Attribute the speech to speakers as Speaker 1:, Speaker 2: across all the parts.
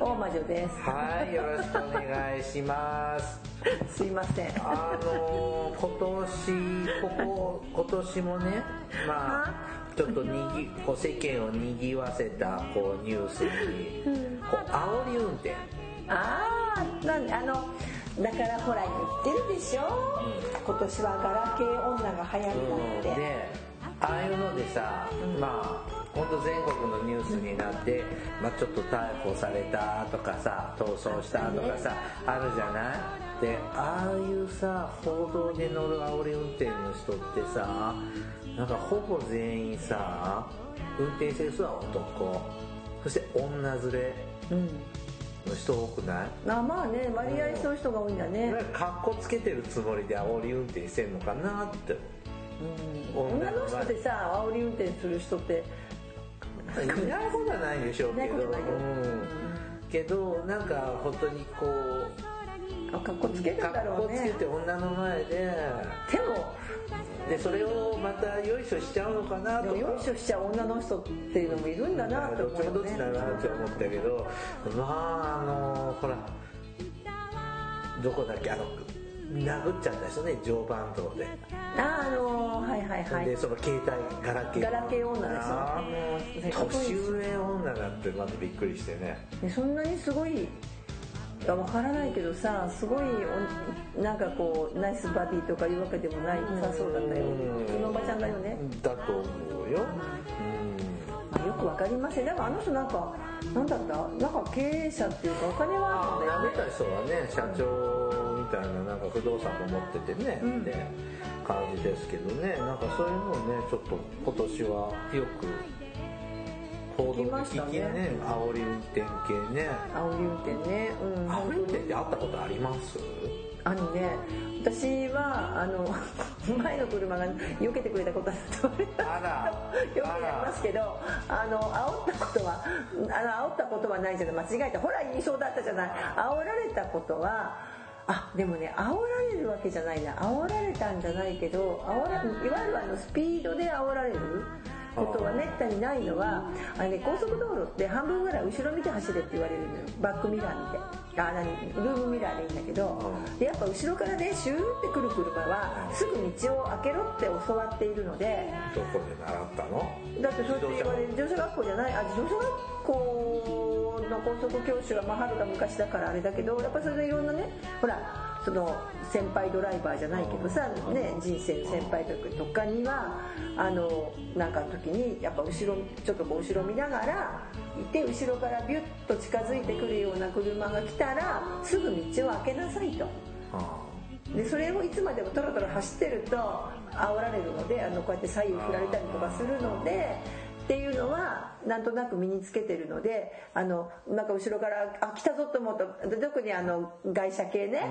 Speaker 1: 大魔女で
Speaker 2: はいよろしくお願いします
Speaker 1: す。すいません。
Speaker 2: あのー、今年ここ今年もねまあちょっとにぎこう世間をにぎわせたこうニュースにこう煽り運転
Speaker 1: ああ、なんで、あの、だからほら言ってるでしょ。今年はガラケー女が流行りだって。
Speaker 2: でああいうのでさ、まあ本当全国のニュースになって、まあ、ちょっと逮捕されたとかさ逃走したとかさあるじゃないでああいうさ報道で乗る煽り運転の人ってさなんかほぼ全員さ運転してる人は男そして女連れ
Speaker 1: うん。
Speaker 2: の人多くない
Speaker 1: あ、まあね、割合そういう人が多いんだね
Speaker 2: な。んか格好つけてるつもりで煽り運転してんのかなって
Speaker 1: うん
Speaker 2: 女
Speaker 1: 女
Speaker 2: の
Speaker 1: の
Speaker 2: 人
Speaker 1: 人
Speaker 2: は
Speaker 1: ってさ、煽り運転する人って。
Speaker 2: いないことはないでしょうけど、
Speaker 1: いないことはないよ
Speaker 2: うんけどなんか本当にこう
Speaker 1: あ、格好つけるんだ
Speaker 2: 格
Speaker 1: ろ
Speaker 2: 好
Speaker 1: う
Speaker 2: つけ
Speaker 1: ね。
Speaker 2: て女の前で
Speaker 1: でも、
Speaker 2: でそれをまたよいしょしちゃうのかな
Speaker 1: で
Speaker 2: と
Speaker 1: も
Speaker 2: か
Speaker 1: よいしょしちゃう女の人っていうのもいるんだなと
Speaker 2: どっ
Speaker 1: 思
Speaker 2: ちもど
Speaker 1: う
Speaker 2: っ
Speaker 1: よ
Speaker 2: ち
Speaker 1: ね
Speaker 2: だ。なって思ったけどまああのほらどこだっけあの殴っちゃった人ね常磐道で、
Speaker 1: あ、あのー、はいはいはい。
Speaker 2: でその携帯ガラケー
Speaker 1: ガラケー女ですよ
Speaker 2: あー
Speaker 1: もうせっかくです
Speaker 2: 年上女だってまずびっくりしてね
Speaker 1: でそんなにすごいあわからないけどさすごいおなんかこうナイスバディとかいうわけでもないさそうだったよ
Speaker 2: うん
Speaker 1: 普通のおばちゃんだよね、
Speaker 2: だと思うよ
Speaker 1: まあよくわかりませんでもあの人なんかなんだったなんか経営者っていうかお金はあるん
Speaker 2: な
Speaker 1: だよ
Speaker 2: め
Speaker 1: ね
Speaker 2: た人はね社長みたいななんか不動産も持っててね、って感じですけどねなんかそういうのをねちょっと今年はよく報道で聞きね煽り運転系ね
Speaker 1: 煽り運転ねうん
Speaker 2: 煽
Speaker 1: 本
Speaker 2: り運転ってあったことあります
Speaker 1: 当あのね私はあの 前の車が避けてくれたことだと思います
Speaker 2: あら
Speaker 1: よくやりますけど、あの煽ったことは、あの煽ったことはないじゃない、間違えた、ほら言いそうだったじゃない、煽られたことは、あでもね、煽られるわけじゃないな、煽られたんじゃないけど、煽らいわゆるあのスピードで煽られる。ことはめったにないのはあれ、ね、高速道路って半分ぐらい後ろ見て走れって言われるのよバックミラー見てあ何ルームミラーでいいんだけど
Speaker 2: うん
Speaker 1: でやっぱ後ろからねシューってくる車はすぐ道を開けろって教わっているので
Speaker 2: どこで習ったの
Speaker 1: だってそうやって言われる自動車学校じゃないあ自動車学校の高速教師はまあはるか昔だからあれだけどやっぱそれでいろんなねほらその先輩ドライバーじゃないけどさ、ね、人生の先輩とかにはあのなんかの時にやっぱ後ろちょっとこう後ろ見ながらいて後ろからビュッと近づいてくるような車が来たらすぐ道を開けなさいと。
Speaker 2: あ
Speaker 1: でそれをいつまでもトロトロ走ってると煽られるのであのこうやって左右振られたりとかするのでっていうのはなんとなく身につけてるのであのなんか後ろから「あ来たぞ」と思うとで特にあの外車系ね、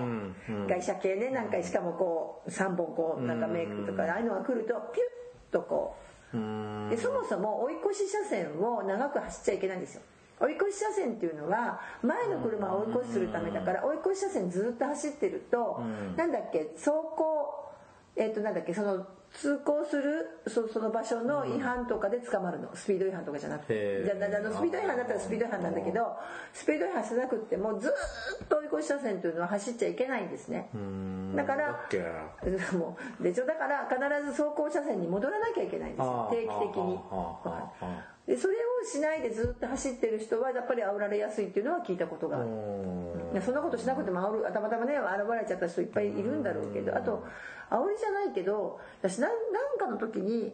Speaker 1: 外車系ねなんかしかもこう3本こうなんかメイクとかああいうのが来るとピュッとこう。
Speaker 2: ーうーん
Speaker 1: でそもそも追い越し車線を長く走っちゃいけないんですよ追い越し車線っていうのは前の車を追い越しするためだから追い越し車線ずっと走ってるとなんだっけ走行えっとなんだっけその通行するそその場所の違反とかで捕まるのスピード違反とかじゃなく
Speaker 2: へ
Speaker 1: て
Speaker 2: ー
Speaker 1: じゃああのスピード違反だったらスピード違反なんだけどスピード違反してなくってもずーっと追い越し車線というのは走っちゃいけないんですねだか
Speaker 2: だ
Speaker 1: ら
Speaker 2: っけ
Speaker 1: もうでちょだから必ず走行車線に戻らなきゃいけないんです
Speaker 2: あ
Speaker 1: よ
Speaker 2: あ
Speaker 1: 定期的に
Speaker 2: ああああああ
Speaker 1: でそれをしないでずっと走ってる人はやっぱり煽られやすいっていうのは聞いたことがある
Speaker 2: うーん
Speaker 1: いやそんなことしなくても煽るたまたまね現れちゃった人いっぱいいるんだろうけどあと煽りじゃないけど私なんなんかの時に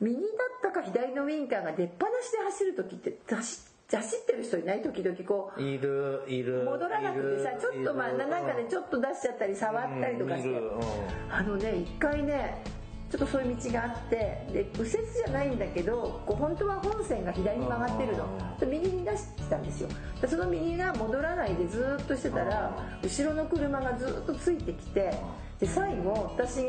Speaker 1: 右だったか左のウインカーが出っ放しで走る時って走走ってる人いない時々こう
Speaker 2: いるいる
Speaker 1: 戻らなくてさ
Speaker 2: いる
Speaker 1: ちょっとまあ
Speaker 2: いる
Speaker 1: なんかね
Speaker 2: うん
Speaker 1: ちょっと出しちゃったり触ったりとかして
Speaker 2: うんいるうん
Speaker 1: あのね一回ねちょっとそういう道があってで右折じゃないんだけどこう本当は本線が左に曲がってるの
Speaker 2: あ
Speaker 1: で右に出したんですよでその右が戻らないでずーっとしてたら後ろの車がずーっとついてきてで最後私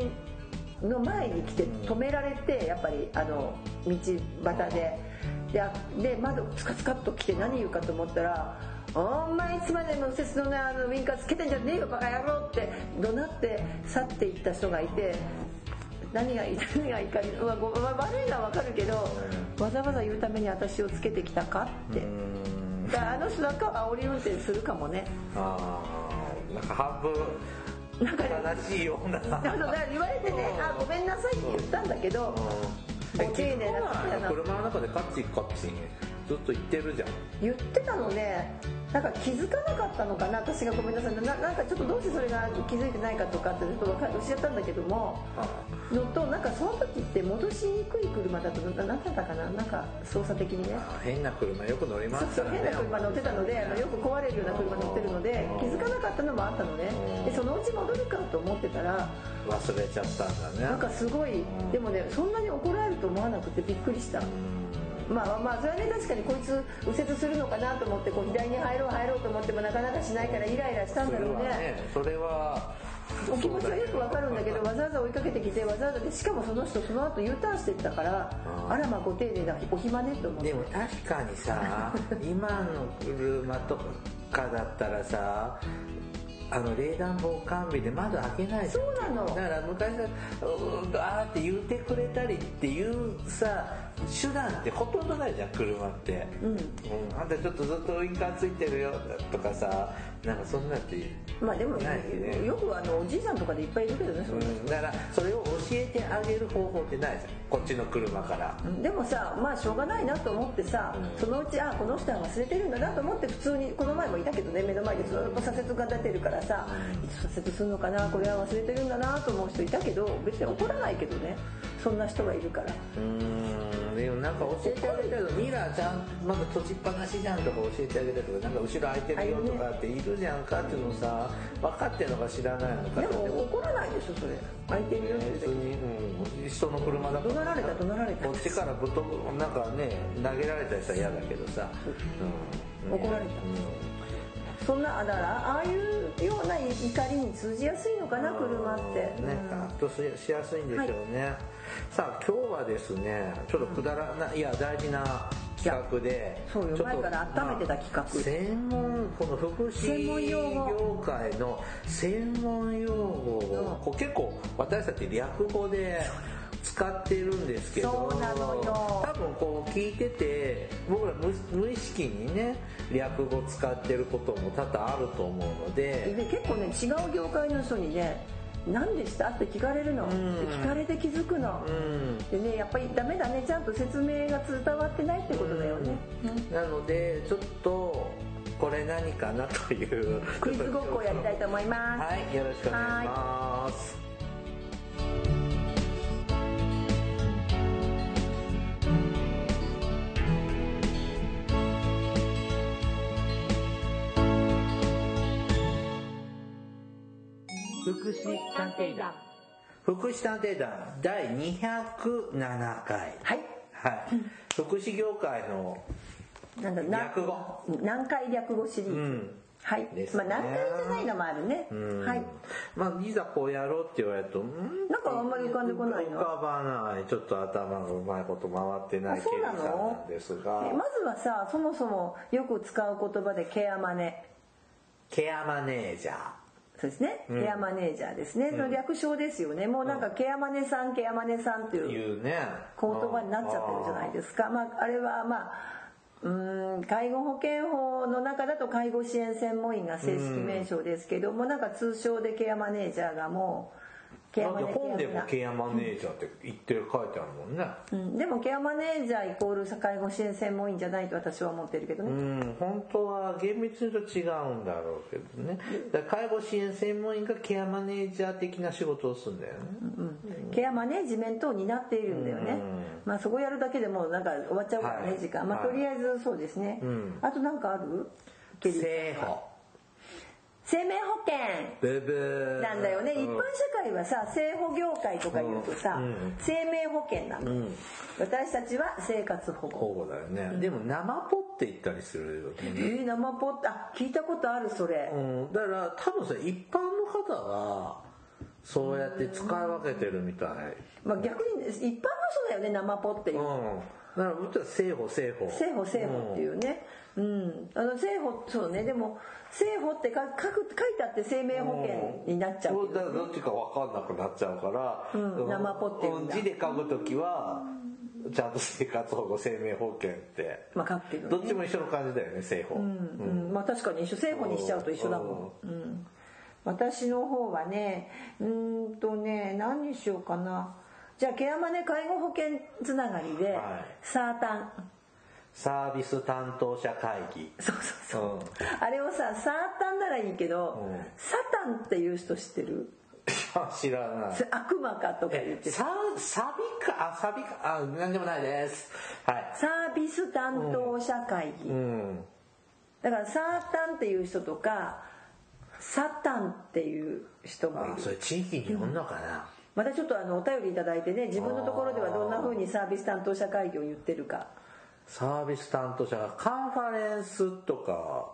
Speaker 1: の前に来て止められてやっぱりあの道端でであで窓スカスカっと来て何言うかと思ったら「お前いつまでも右折のねあのウインカーつけてんじゃねえよバカ野郎」って怒鳴って去っていった人がいて。何がいい 何がいいかうわごうわ悪いのは分かるけどわざわざ言うために私をつけてきたかって、
Speaker 2: うーん
Speaker 1: だからあの人なんかは煽り運転するかもね
Speaker 2: あーなんか半分
Speaker 1: なんかね
Speaker 2: 悲しいような
Speaker 1: だからだから言われてね「あごめんなさい」って言ったんだけど
Speaker 2: え
Speaker 1: ご丁寧な方だな
Speaker 2: 車の中でカッチカッチずっと言ってるじゃん
Speaker 1: 言ってたのねなんか気づかなかったのかな私がごめんなさいななんかちょっとどうしてそれが気づいてないかとかってちょっと分か教えたんだけどものとなんかその時って戻しにくい車だとななんだったかななんか操作的にね
Speaker 2: あー変な車よく乗りま
Speaker 1: そう
Speaker 2: す
Speaker 1: そ
Speaker 2: か
Speaker 1: う
Speaker 2: らね
Speaker 1: 変な車乗ってたのであのよく壊れるような車乗ってるので気づかなかったのもあったのねでそのうち戻るかと思ってたら
Speaker 2: 忘れちゃったんだ
Speaker 1: な
Speaker 2: ね
Speaker 1: んかすごいでもねそんなに怒られると思わなくてびっくりしたまあまあそれはね確かにこいつ右折するのかなと思ってこう左に入ろう入ろうと思ってもなかなかしないからイライラしたん
Speaker 2: そ
Speaker 1: だ
Speaker 2: れ
Speaker 1: ろう
Speaker 2: は
Speaker 1: ね
Speaker 2: ねそれは
Speaker 1: お気持ちはよくわかるんだけどわざわざ追いかけてきてわざわざでしかもその人その後 U ターンしてったからあらまあご丁寧だお暇ねと思って
Speaker 2: でも確かに さ今の車とかだったらさあの冷暖房完備で窓開けないじ
Speaker 1: そ
Speaker 2: ゃん
Speaker 1: うなの
Speaker 2: だから昔は「うーあ」って言ってくれたりっていうさ手段ってほとんどないじゃん車って、
Speaker 1: うん
Speaker 2: うんあんたちょっとずっとウインカーついてるよとかさなんかそんなって
Speaker 1: まあでも
Speaker 2: ないね
Speaker 1: よくあのおじいさんとかでいっぱいいるけどねそんな
Speaker 2: うんだからそれを教えてあげる方法ってないじゃんこっちの車から、
Speaker 1: でもさまあしょうがないなと思ってさ、
Speaker 2: うん
Speaker 1: そのうちあこの人は忘れてるんだなと思って普通にこの前もいたけどね目の前でずっと左折が出てるからさいつ左折するのかなこれは忘れてるんだなと思う人いたけど別に怒らないけどねそんな人がいるから
Speaker 2: うーんでもなんか教えてあげたいのミラーちゃんまだ閉じっぱなしじゃんとか教えてあげたいとかなんか後ろ開いてるよとかっているじゃんかっていうのさ分かってるのか知らないのか
Speaker 1: で
Speaker 2: とか
Speaker 1: も怒らないでしょそれ空いてるよって言う
Speaker 2: 別
Speaker 1: だけ
Speaker 2: に、うん、人の車だから
Speaker 1: 怒られた怒られた
Speaker 2: こっちからぶっとなんかね投げられたりしたら嫌だけどさ、うん
Speaker 1: 怒られたそんなあだからああいうような怒りに通じやすいのかな車って、
Speaker 2: ね、カッとしやすいんでしょうね、さあ今日はですねちょっとくだらない、いや大事な企画で
Speaker 1: そうよ
Speaker 2: ちょっと
Speaker 1: 前から温めてた企画
Speaker 2: まあ専門この福
Speaker 1: 専門
Speaker 2: 祉
Speaker 1: 用語
Speaker 2: 業界の専門用語をこう結構私たち略語で使ってるんですけど
Speaker 1: そうなのよ
Speaker 2: 多分こう聞いてて僕ら無無意識にね略語使ってることも多々あると思うので
Speaker 1: で結構ね違う業界の人にね「何でした?」って聞かれるの、で聞かれて気づくの、
Speaker 2: うん
Speaker 1: でねやっぱりダメだねちゃんと説明が伝わってないってことだよね、
Speaker 2: なのでちょっとこれ何かなという
Speaker 1: クイズごっこをやりたいと思います、
Speaker 2: はいよろしくお願いします福祉探偵団福祉探偵団第207回
Speaker 1: はい
Speaker 2: はい福祉業界の
Speaker 1: なんだ
Speaker 2: 略語
Speaker 1: 何回略語シリーズ、
Speaker 2: ん
Speaker 1: はい、
Speaker 2: です
Speaker 1: ま
Speaker 2: ね
Speaker 1: あ何回じゃないのもあるね、
Speaker 2: うん
Speaker 1: はい
Speaker 2: まあいざこうやろうって言われるとうん
Speaker 1: なんかあんまり浮かんでこない
Speaker 2: 浮
Speaker 1: の
Speaker 2: かばないちょっと頭がうまいこと回ってない
Speaker 1: あそうなの
Speaker 2: ケリーさんなんですが
Speaker 1: えまずはさそもそもよく使う言葉でケアマネ
Speaker 2: ケアマネージャー
Speaker 1: そうですね、ケアマネージャーですね、その略称ですよねもうなんかケアマネさんケアマネさんっていう
Speaker 2: いうね
Speaker 1: 言葉になっちゃってるじゃないですか、まあ、あれはまあうーん介護保険法の中だと介護支援専門員が正式名称ですけども、なんか通称でケアマネージャーがもうケ
Speaker 2: だ
Speaker 1: ア
Speaker 2: っ
Speaker 1: マ
Speaker 2: て
Speaker 1: ネ
Speaker 2: 本で
Speaker 1: ケア
Speaker 2: も
Speaker 1: マ
Speaker 2: ケアマネ
Speaker 1: ネ
Speaker 2: ージャーって言ってる書いてあるもんね
Speaker 1: うん、でもケアマネージャーイコール介護支援専門員じゃないと私は思ってるけどね、
Speaker 2: うん本当は厳密に言うと違うんだろうけどねだから介護支援専門員がケアマネージャー的な仕事をするんだよね
Speaker 1: ケアマネジメントを担っているんだよね、まあ、そこやるだけでもうなんか終わっちゃうからね、
Speaker 2: はい
Speaker 1: 時間まあ
Speaker 2: はい
Speaker 1: とりあえずそうですね、あとなんかあるケリー
Speaker 2: 正保
Speaker 1: 生命保険
Speaker 2: ブブー
Speaker 1: なんだよね、一般社会はさ生保業界とか言うとさ、
Speaker 2: うんうん
Speaker 1: 生命保険なの、
Speaker 2: うん
Speaker 1: 私たちは生活保護
Speaker 2: 保護だよね、でも生ポって言ったりするよ
Speaker 1: え
Speaker 2: ね、
Speaker 1: ー、生ポッあ聞いたことあるそれ、
Speaker 2: うん、だから多分さ一般の方がそうやって使い分けてるみたい
Speaker 1: まあ、逆に一般の人だよね生ポっていう
Speaker 2: ん
Speaker 1: う、
Speaker 2: だからうちは生保生保
Speaker 1: 生保生保っていうね、うんあの生保そうねでも生保ってか書く書いたって生命保険になっちゃう
Speaker 2: そ
Speaker 1: け
Speaker 2: だ
Speaker 1: ど、
Speaker 2: からどっちか分かんなくなっちゃうから、
Speaker 1: ん
Speaker 2: その
Speaker 1: 生ポっていうんだ
Speaker 2: 字で書くときはちゃんと生活保護生命保険って
Speaker 1: まあ、書くけど、ね、
Speaker 2: どっちも一緒の感じだよね生保、
Speaker 1: うんまあ確かに一緒生保にしちゃうと一緒だもん、うん、私の方はねうーんとね何にしようかなじゃあケアマネ介護保険つながりで、
Speaker 2: はい
Speaker 1: サータン
Speaker 2: サービス担当者会議
Speaker 1: そうそうそう
Speaker 2: うん
Speaker 1: あれをさサータンならいいけど、
Speaker 2: うん
Speaker 1: サタンっていう人知ってる
Speaker 2: 知らない
Speaker 1: それ悪魔かとか言っ
Speaker 2: え
Speaker 1: て
Speaker 2: ササビかあサビかあなんでもないですはい
Speaker 1: サービス担当者会議、
Speaker 2: うん
Speaker 1: だからサータンっていう人とかサタンっていう人もいる
Speaker 2: あそれ地域に呼んのかな、
Speaker 1: またちょっとあのお便りいただいてね自分のところではどんな風にサービス担当者会議を言ってるか
Speaker 2: サービス担当者がカンファレンスとか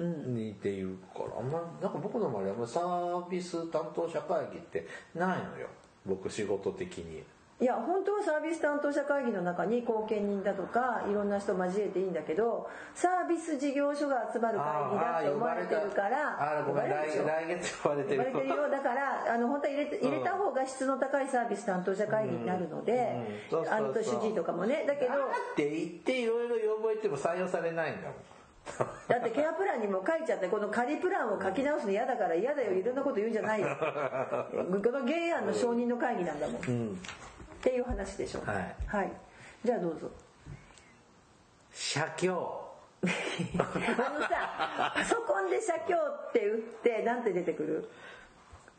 Speaker 2: にっていうからあんまなんか僕の周りはあんまサービス担当者会議ってないのよ僕仕事的に
Speaker 1: いや本当はサービス担当者会議の中に貢献人だとかいろんな人交えていいんだけどサービス事業所が集まる会議だって思われてるから
Speaker 2: あー呼ばれたあーごめん来
Speaker 1: るでしょ
Speaker 2: 来月呼ばれて
Speaker 1: 呼ば
Speaker 2: る
Speaker 1: れてるよだからあの本当は入れて入れた方が質の高いサービス担当者会議になるので
Speaker 2: うんうんそうそうそう
Speaker 1: あのと主治医とかもねだけど
Speaker 2: だって言っていろいろ呼ばれても採用されないんだもん
Speaker 1: だってケアプランにも書いちゃってこの仮プランを書き直すの嫌だから嫌だよいろんなこと言うんじゃ ないよこの原案の承認の会議なんだもん、っていう話でしょ
Speaker 2: はい、
Speaker 1: はい、じゃあどうぞ
Speaker 2: 写経
Speaker 1: あのさパソコンで写経って打ってなんて出てくる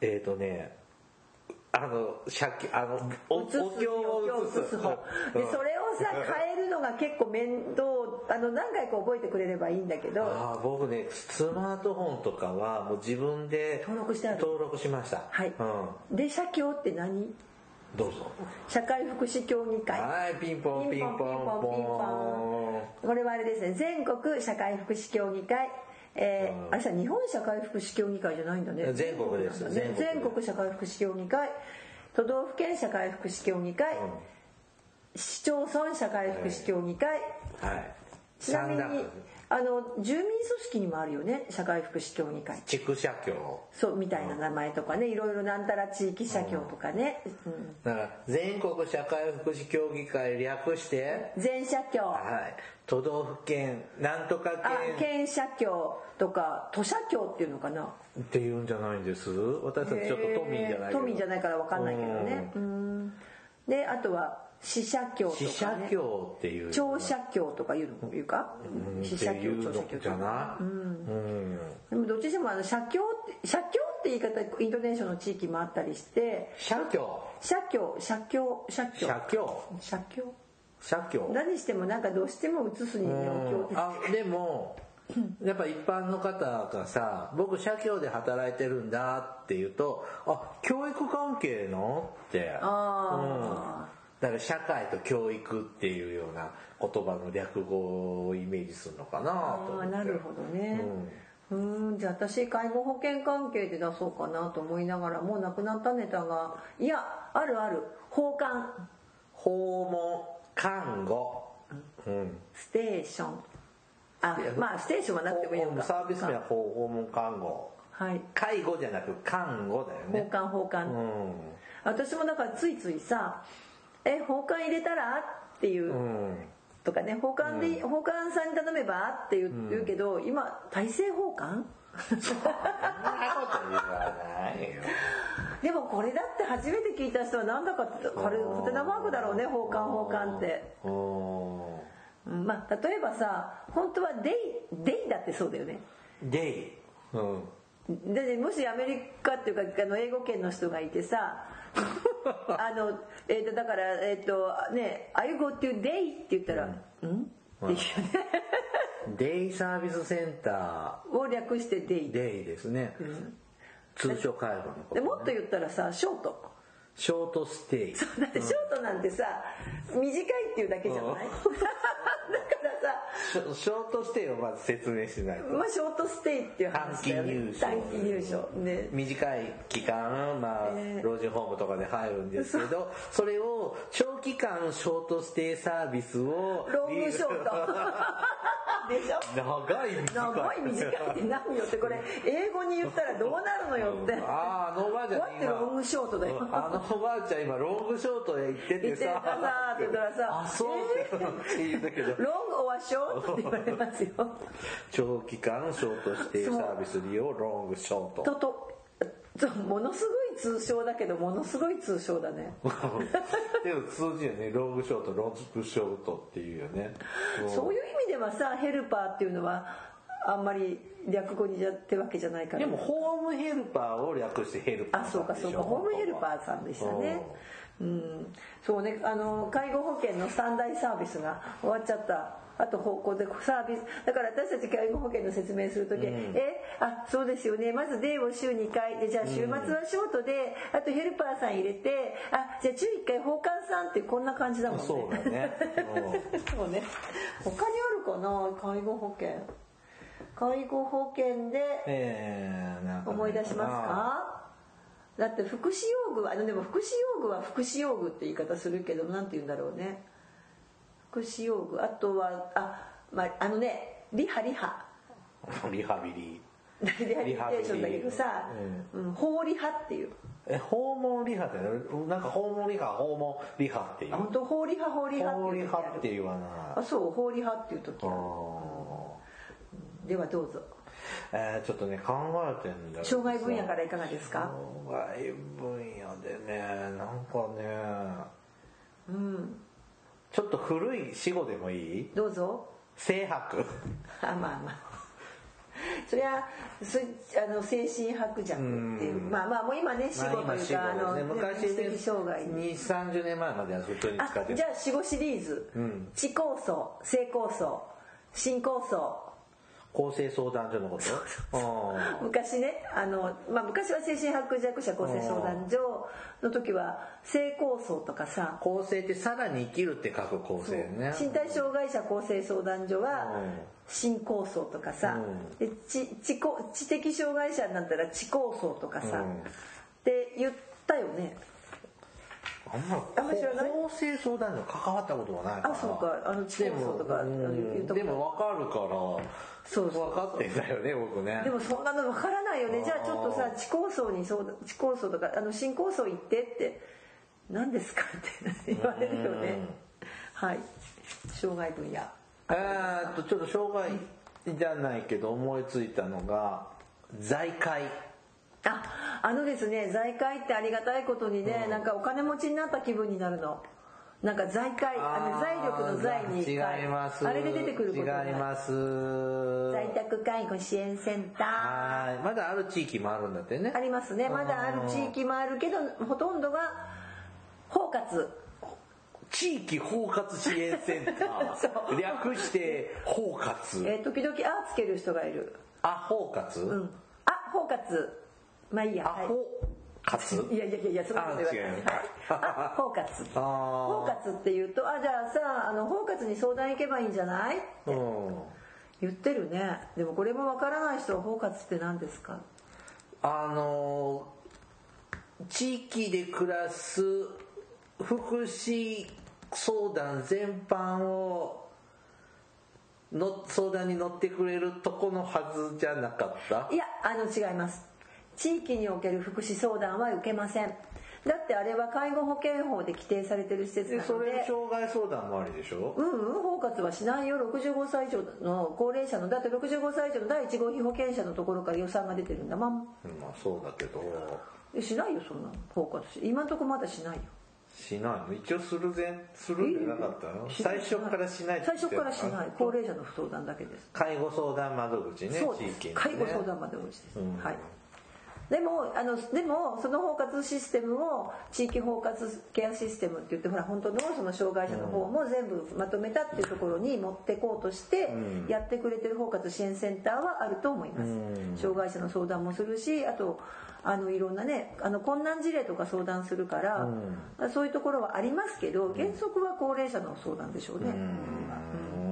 Speaker 2: えっ、ー、とねあの写経あのおお
Speaker 1: 写す
Speaker 2: 経を写す
Speaker 1: 写す方でそれをさ変えるのが結構面倒あの何回か覚えてくれればいいんだけど
Speaker 2: ああ僕ねスマートフォンとかはもう自分で
Speaker 1: 登録してある
Speaker 2: 登録しました
Speaker 1: はい
Speaker 2: うん、
Speaker 1: で写経って何
Speaker 2: どうぞ
Speaker 1: 社会福祉協議会
Speaker 2: はいピンポンピンポンポン
Speaker 1: これはあれですね全国社会福祉協議会えー
Speaker 2: うん
Speaker 1: あれさ日本社会福祉協議会じゃないんだね
Speaker 2: 全国です
Speaker 1: なんだね
Speaker 2: 全
Speaker 1: 全
Speaker 2: 国
Speaker 1: 国社会福祉協議会都道府県社会福祉協議会、市町村社会福祉協議会、
Speaker 2: ポンはい
Speaker 1: ちなみに
Speaker 2: 三段
Speaker 1: あの住民組織にもあるよね社会福祉協議会
Speaker 2: 地区社協
Speaker 1: そうみたいな名前とかねいろいろなんたら地域社協とかね、うん
Speaker 2: だから全国社会福祉協議会略して、
Speaker 1: 全社協
Speaker 2: はい、都道府県なんとか
Speaker 1: あ
Speaker 2: 県
Speaker 1: 県社協とか都社協っていうのかな
Speaker 2: っていうんじゃないんです私たちちょっと都民じゃないけど
Speaker 1: 都民じゃないから分かんないけどねうんであとは死者教と
Speaker 2: 死
Speaker 1: か、
Speaker 2: 者
Speaker 1: ね、
Speaker 2: 協っていう
Speaker 1: 長者教とかいうのいうか
Speaker 2: うん
Speaker 1: 死
Speaker 2: っ
Speaker 1: 者
Speaker 2: てい
Speaker 1: 教
Speaker 2: う
Speaker 1: 長
Speaker 2: の
Speaker 1: 者教
Speaker 2: じゃない、うん
Speaker 1: でもどっちにしてもあの社教って社教って言い方インドネシアの地域もあったりして
Speaker 2: 社協
Speaker 1: 社教社教社教
Speaker 2: 社協
Speaker 1: 社教
Speaker 2: 社協
Speaker 1: 何してもなんかどうしても移す
Speaker 2: う
Speaker 1: にねお経
Speaker 2: ん
Speaker 1: って
Speaker 2: あでもやっぱ一般の方がさ「僕社協で働いてるんだ」って言うと「あ教育関係の?」って
Speaker 1: あ
Speaker 2: うん、だから社会と教育っていうような言葉の略語をイメージするのかなと思っ
Speaker 1: ああ
Speaker 2: て
Speaker 1: なるほどねうんじゃあ私介護保険関係で出そうかなと思いながらもうなくなったネタがいやあるある訪韓
Speaker 2: 訪問看護、うん、
Speaker 1: ステーションあまあステーションはなくてもいいのか
Speaker 2: サービス名は訪訪問看護
Speaker 1: はい
Speaker 2: 介護じゃなく看護だよ
Speaker 1: 訪
Speaker 2: ね
Speaker 1: 韓訪
Speaker 2: う
Speaker 1: 韓、
Speaker 2: ん
Speaker 1: 私もだからついついさ「え訪韓入れたら?」っていう、
Speaker 2: うん
Speaker 1: とかね「訪韓でいい、訪韓さんに頼めば?」って言う,、言うけど今大政訪韓
Speaker 2: そんなこと言わないよ
Speaker 1: でもこれだって初めて聞いた人はなんだかってあれハテナマークだろうね奉還奉還って、
Speaker 2: う
Speaker 1: うんまあ、例えばさ本当はデイ「デイ」だってそうだよね
Speaker 2: んデイ、うん、
Speaker 1: ででもしアメリカっていうかあの英語圏の人がいて さあの、えーとだからえっ、とね「Are you go to day?」って言ったら「うん?」っていうね
Speaker 2: デイサービスセンタ
Speaker 1: を略してデイ
Speaker 2: ーデイですね、通称介護のこ
Speaker 1: で
Speaker 2: と
Speaker 1: もっと言ったらさショー ト
Speaker 2: ショートステイ
Speaker 1: だってショートなんてさ短いっていうだけじゃない だ
Speaker 2: う
Speaker 1: か
Speaker 2: ん
Speaker 1: らさ
Speaker 2: ショショートステイをまず説明しないと、
Speaker 1: まあ、ショートステイっていう話だよね
Speaker 2: 短
Speaker 1: 短期
Speaker 2: 期
Speaker 1: 入
Speaker 2: 入
Speaker 1: 所ね
Speaker 2: 短い期間、まあ
Speaker 1: ええ
Speaker 2: 老人ホームとかで入るんですけどそれを長期間ショートステイサービスを
Speaker 1: ロングショー トでしょ
Speaker 2: 長い短い
Speaker 1: 長い短いって何よってこれ英語に言ったらどうなるのよって
Speaker 2: あああのおばあちゃん
Speaker 1: こうやってロングショートだよ
Speaker 2: うんあのおばあちゃん今ロングショートで行って
Speaker 1: 言
Speaker 2: て
Speaker 1: ってる
Speaker 2: さ
Speaker 1: かなって言ったらさ
Speaker 2: あそう
Speaker 1: えー
Speaker 2: って言うんだけど
Speaker 1: ロングオアショートって言われますよ
Speaker 2: 長期間ショートステイサービス利用ロングショー
Speaker 1: と
Speaker 2: ト
Speaker 1: とそうものすごい通称だけどものすごい通称だね
Speaker 2: でも通じよねロングショートロングショートっていうよねうん
Speaker 1: そういう意味ではさヘルパーっていうのはあんまり略語にじゃってわけじゃないから
Speaker 2: でもホームヘルパーを略してヘルパー
Speaker 1: あそうかそうかホームヘルパーさんでしたねうんそうねあの介護保険の三大サービスが終わっちゃったあと方向でサービスだから私たち介護保険の説明する時、えあそうですよねまずデーを週2回でじゃあ週末はショートで、あとヘルパーさん入れてあじゃあ週1回奉還さんってこんな感じだもんね
Speaker 2: そうだね
Speaker 1: そうね他にあるかな介護保険介護保険で
Speaker 2: えーなんかね
Speaker 1: 思い出しま
Speaker 2: あ
Speaker 1: すかだって福祉用具はあのでも福祉用具は福祉用具って言い方するけどなんて言うんだろうね福祉用具あとはあ,、まあ、あのねリハリハ
Speaker 2: ーリハビリ
Speaker 1: リハビリテーションだけどさ、うん、法リハっていう
Speaker 2: え訪問リハってなんか訪問リハ訪問リハっていう
Speaker 1: あ本当法リハ法リハ
Speaker 2: 訪
Speaker 1: っ
Speaker 2: 問
Speaker 1: てい
Speaker 2: リ
Speaker 1: う時
Speaker 2: ハ
Speaker 1: あ
Speaker 2: って
Speaker 1: る
Speaker 2: 言わない
Speaker 1: あそう法リハっていう時あ
Speaker 2: あ
Speaker 1: る
Speaker 2: ー
Speaker 1: ではどうぞ
Speaker 2: えーちょっとね考えてんだけどさ
Speaker 1: 障害分野からいかがですか
Speaker 2: 障害分野でねなんかね
Speaker 1: うん
Speaker 2: ちょっと古い死後でもいい
Speaker 1: どうぞ
Speaker 2: 性白
Speaker 1: あまあまあそりゃすあの精神薄弱っていう
Speaker 2: うん
Speaker 1: まあまあもう今ね 死後というか、
Speaker 2: まあ今死後ですね
Speaker 1: あの
Speaker 2: 昔
Speaker 1: 知的障害に
Speaker 2: 2 3 0年前までは普通に
Speaker 1: あ
Speaker 2: 使って
Speaker 1: じ
Speaker 2: た
Speaker 1: ゃあ死後シリーズ
Speaker 2: うん
Speaker 1: 「地構想」「性構想」「新構想」
Speaker 2: 厚生相談所のことうん
Speaker 1: 昔ねあの、まあ、昔は精神薄弱者構成相談所の時は性構想とかさ
Speaker 2: 構成ってさらに生きるって書く構成ね
Speaker 1: 身体障害者構成相談所は
Speaker 2: うん
Speaker 1: 新構想とかさ、で知知こ知的障害者になったら知構想とかさ、
Speaker 2: うん
Speaker 1: って言ったよね
Speaker 2: あんま
Speaker 1: あんま知らない
Speaker 2: 構成相談所関わったことがないから
Speaker 1: あそうかあの知構想とかあ
Speaker 2: で
Speaker 1: の
Speaker 2: も
Speaker 1: 言うと
Speaker 2: でも分かるから
Speaker 1: そうそう
Speaker 2: 分かってんだよね僕ね
Speaker 1: でもそんなのわからないよね
Speaker 2: あー
Speaker 1: じゃあちょっとさ知構想に相談知構想とかあの新構想行ってって何ですかって言われるよねはい障害分野
Speaker 2: えーっとちょっと障害じゃないけど思いついたのが財界
Speaker 1: ああのですね財界ってありがたいことにね、なんかお金持ちになった気分になるのなんか財界あの財力の財に
Speaker 2: 違い
Speaker 1: 界
Speaker 2: ます
Speaker 1: あれで出てくること
Speaker 2: 違います
Speaker 1: 在宅介護支援センター
Speaker 2: はいまだある地域もあるんだってね
Speaker 1: ありますねまだある地域もあるけどほとんどが包括
Speaker 2: 地域包括支援センタ
Speaker 1: そう
Speaker 2: ー略して包括
Speaker 1: えー時々「あ」つける人がいる
Speaker 2: あ包括、
Speaker 1: うんあ包括まあいいや
Speaker 2: ア
Speaker 1: はい
Speaker 2: ホ活
Speaker 1: いやいやいやいやそんなこと言わない
Speaker 2: あ違う
Speaker 1: はいあ包
Speaker 2: あ
Speaker 1: 括 包
Speaker 2: あ
Speaker 1: 括って言うと「あじゃあさあの包括に相談行けばいいんじゃない?」
Speaker 2: うん
Speaker 1: 言ってるねでもこれもわからない人は包括って何ですか
Speaker 2: あのー地域で暮らす福祉相談全般をの相談に乗ってくれるとこのはずじゃなかった
Speaker 1: いやあの違います地域における福祉相談は受けませんだってあれは介護保険法で規定されてる施設な
Speaker 2: でそ
Speaker 1: の
Speaker 2: れ
Speaker 1: で
Speaker 2: 障害相談もありでしょ
Speaker 1: うんうん包括はしないよ65歳以上の高齢者のだって65歳以上の第1号被保険者のところから予算が出てるんだもん
Speaker 2: うんまあそうだけど
Speaker 1: えしないよそんなの包括し今んとこまだしないよ
Speaker 2: しないの一応するぜするんじゃなかったの
Speaker 1: しない
Speaker 2: 最初からしないって言
Speaker 1: 最
Speaker 2: って
Speaker 1: 初
Speaker 2: た
Speaker 1: からしない高齢者の相談だけです
Speaker 2: 介護相談窓口ね
Speaker 1: そう
Speaker 2: 地
Speaker 1: です
Speaker 2: 域のね
Speaker 1: 介護相談までおうちです、
Speaker 2: うん
Speaker 1: はいでもあのでもその包括システムを地域包括ケアシステムって言ってほら本当のその障害者の方も全部まとめたっていうところに持ってこうとして
Speaker 2: うん
Speaker 1: やってくれてる包括支援センターはあると思います、
Speaker 2: うん
Speaker 1: 障害者の相談もするしあとあのいろんなねあの困難事例とか相談するから、そういうところはありますけど原則は高齢者の相談でしょう
Speaker 2: う
Speaker 1: ね、
Speaker 2: ん
Speaker 1: うん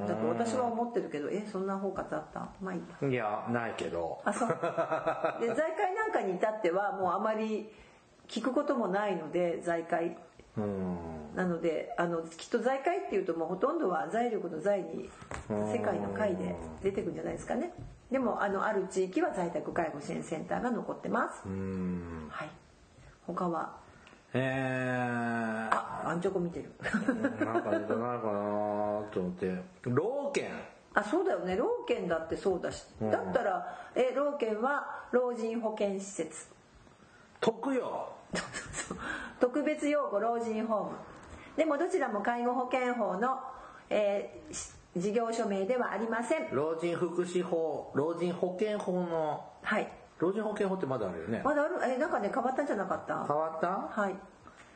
Speaker 1: だって私は思ってるけどえそんな包括あったまあいいや
Speaker 2: いやないけど
Speaker 1: あそうで財界なんかに至ってはもうあまり聞くこともないので財界
Speaker 2: うん
Speaker 1: なのであのきっと財界っていうともうほとんどは財力の財に
Speaker 2: うん
Speaker 1: 世界の会で出てくるんじゃないですかねでもあのある地域は在宅介護支援センターが残ってます
Speaker 2: うん
Speaker 1: はい他は
Speaker 2: えー、
Speaker 1: あアンチョコ見てる
Speaker 2: なんか出てないかなと思って老犬
Speaker 1: あそうだよね老健だってそうだし
Speaker 2: うん
Speaker 1: だったらえ老健は老人保健施設
Speaker 2: 特養
Speaker 1: 特別養護老人ホームでもどちらも介護保険法の、えーし事業所名ではありません
Speaker 2: 老人福祉法老人保険法の
Speaker 1: はい
Speaker 2: 老人保険法ってまだあるよね
Speaker 1: まだあるえーなんかね変わったんじゃなかった
Speaker 2: 変わった
Speaker 1: はい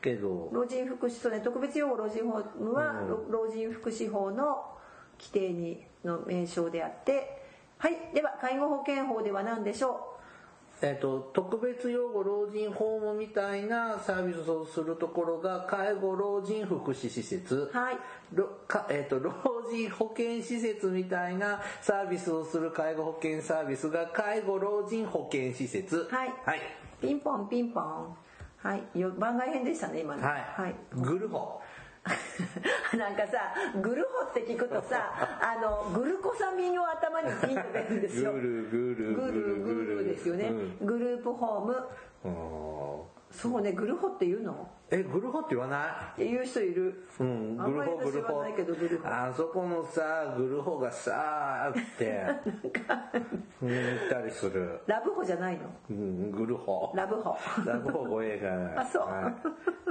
Speaker 2: けど
Speaker 1: 老人福祉とね特別養護老人ホームは、ろ老人福祉法の規定にの名称であってはいでは介護保険法では何でしょ
Speaker 2: えっと特別養護老人ホームみたいなサービスをするところが介護老人福祉施設
Speaker 1: うはい
Speaker 2: ろかえっと老人保健施設みたいなサービスをする介護保険サービスが介護老人保健施設
Speaker 1: はい
Speaker 2: はい、
Speaker 1: ピンポンピンポンはいよ番外編でしたね今の
Speaker 2: はい
Speaker 1: はい
Speaker 2: グルホ
Speaker 1: なんかさグルホって聞くとさ あのグルコサミンを頭にピンと出るんですよ
Speaker 2: グルグル
Speaker 1: グルグルですよね、グループホーム
Speaker 2: うん
Speaker 1: そうねグルホって言うの
Speaker 2: えグルホって言わない
Speaker 1: って言う人いる
Speaker 2: うん、
Speaker 1: あ
Speaker 2: グ
Speaker 1: ん
Speaker 2: ル
Speaker 1: まり
Speaker 2: ホグ
Speaker 1: 私
Speaker 2: ル
Speaker 1: は
Speaker 2: ホ
Speaker 1: ないけどグルホ
Speaker 2: あそこのさグルホがさーってうん言ったりする、
Speaker 1: ラブホじゃないの
Speaker 2: うん、グルホ
Speaker 1: ラブホ
Speaker 2: ラブホ語映画
Speaker 1: あそう
Speaker 2: は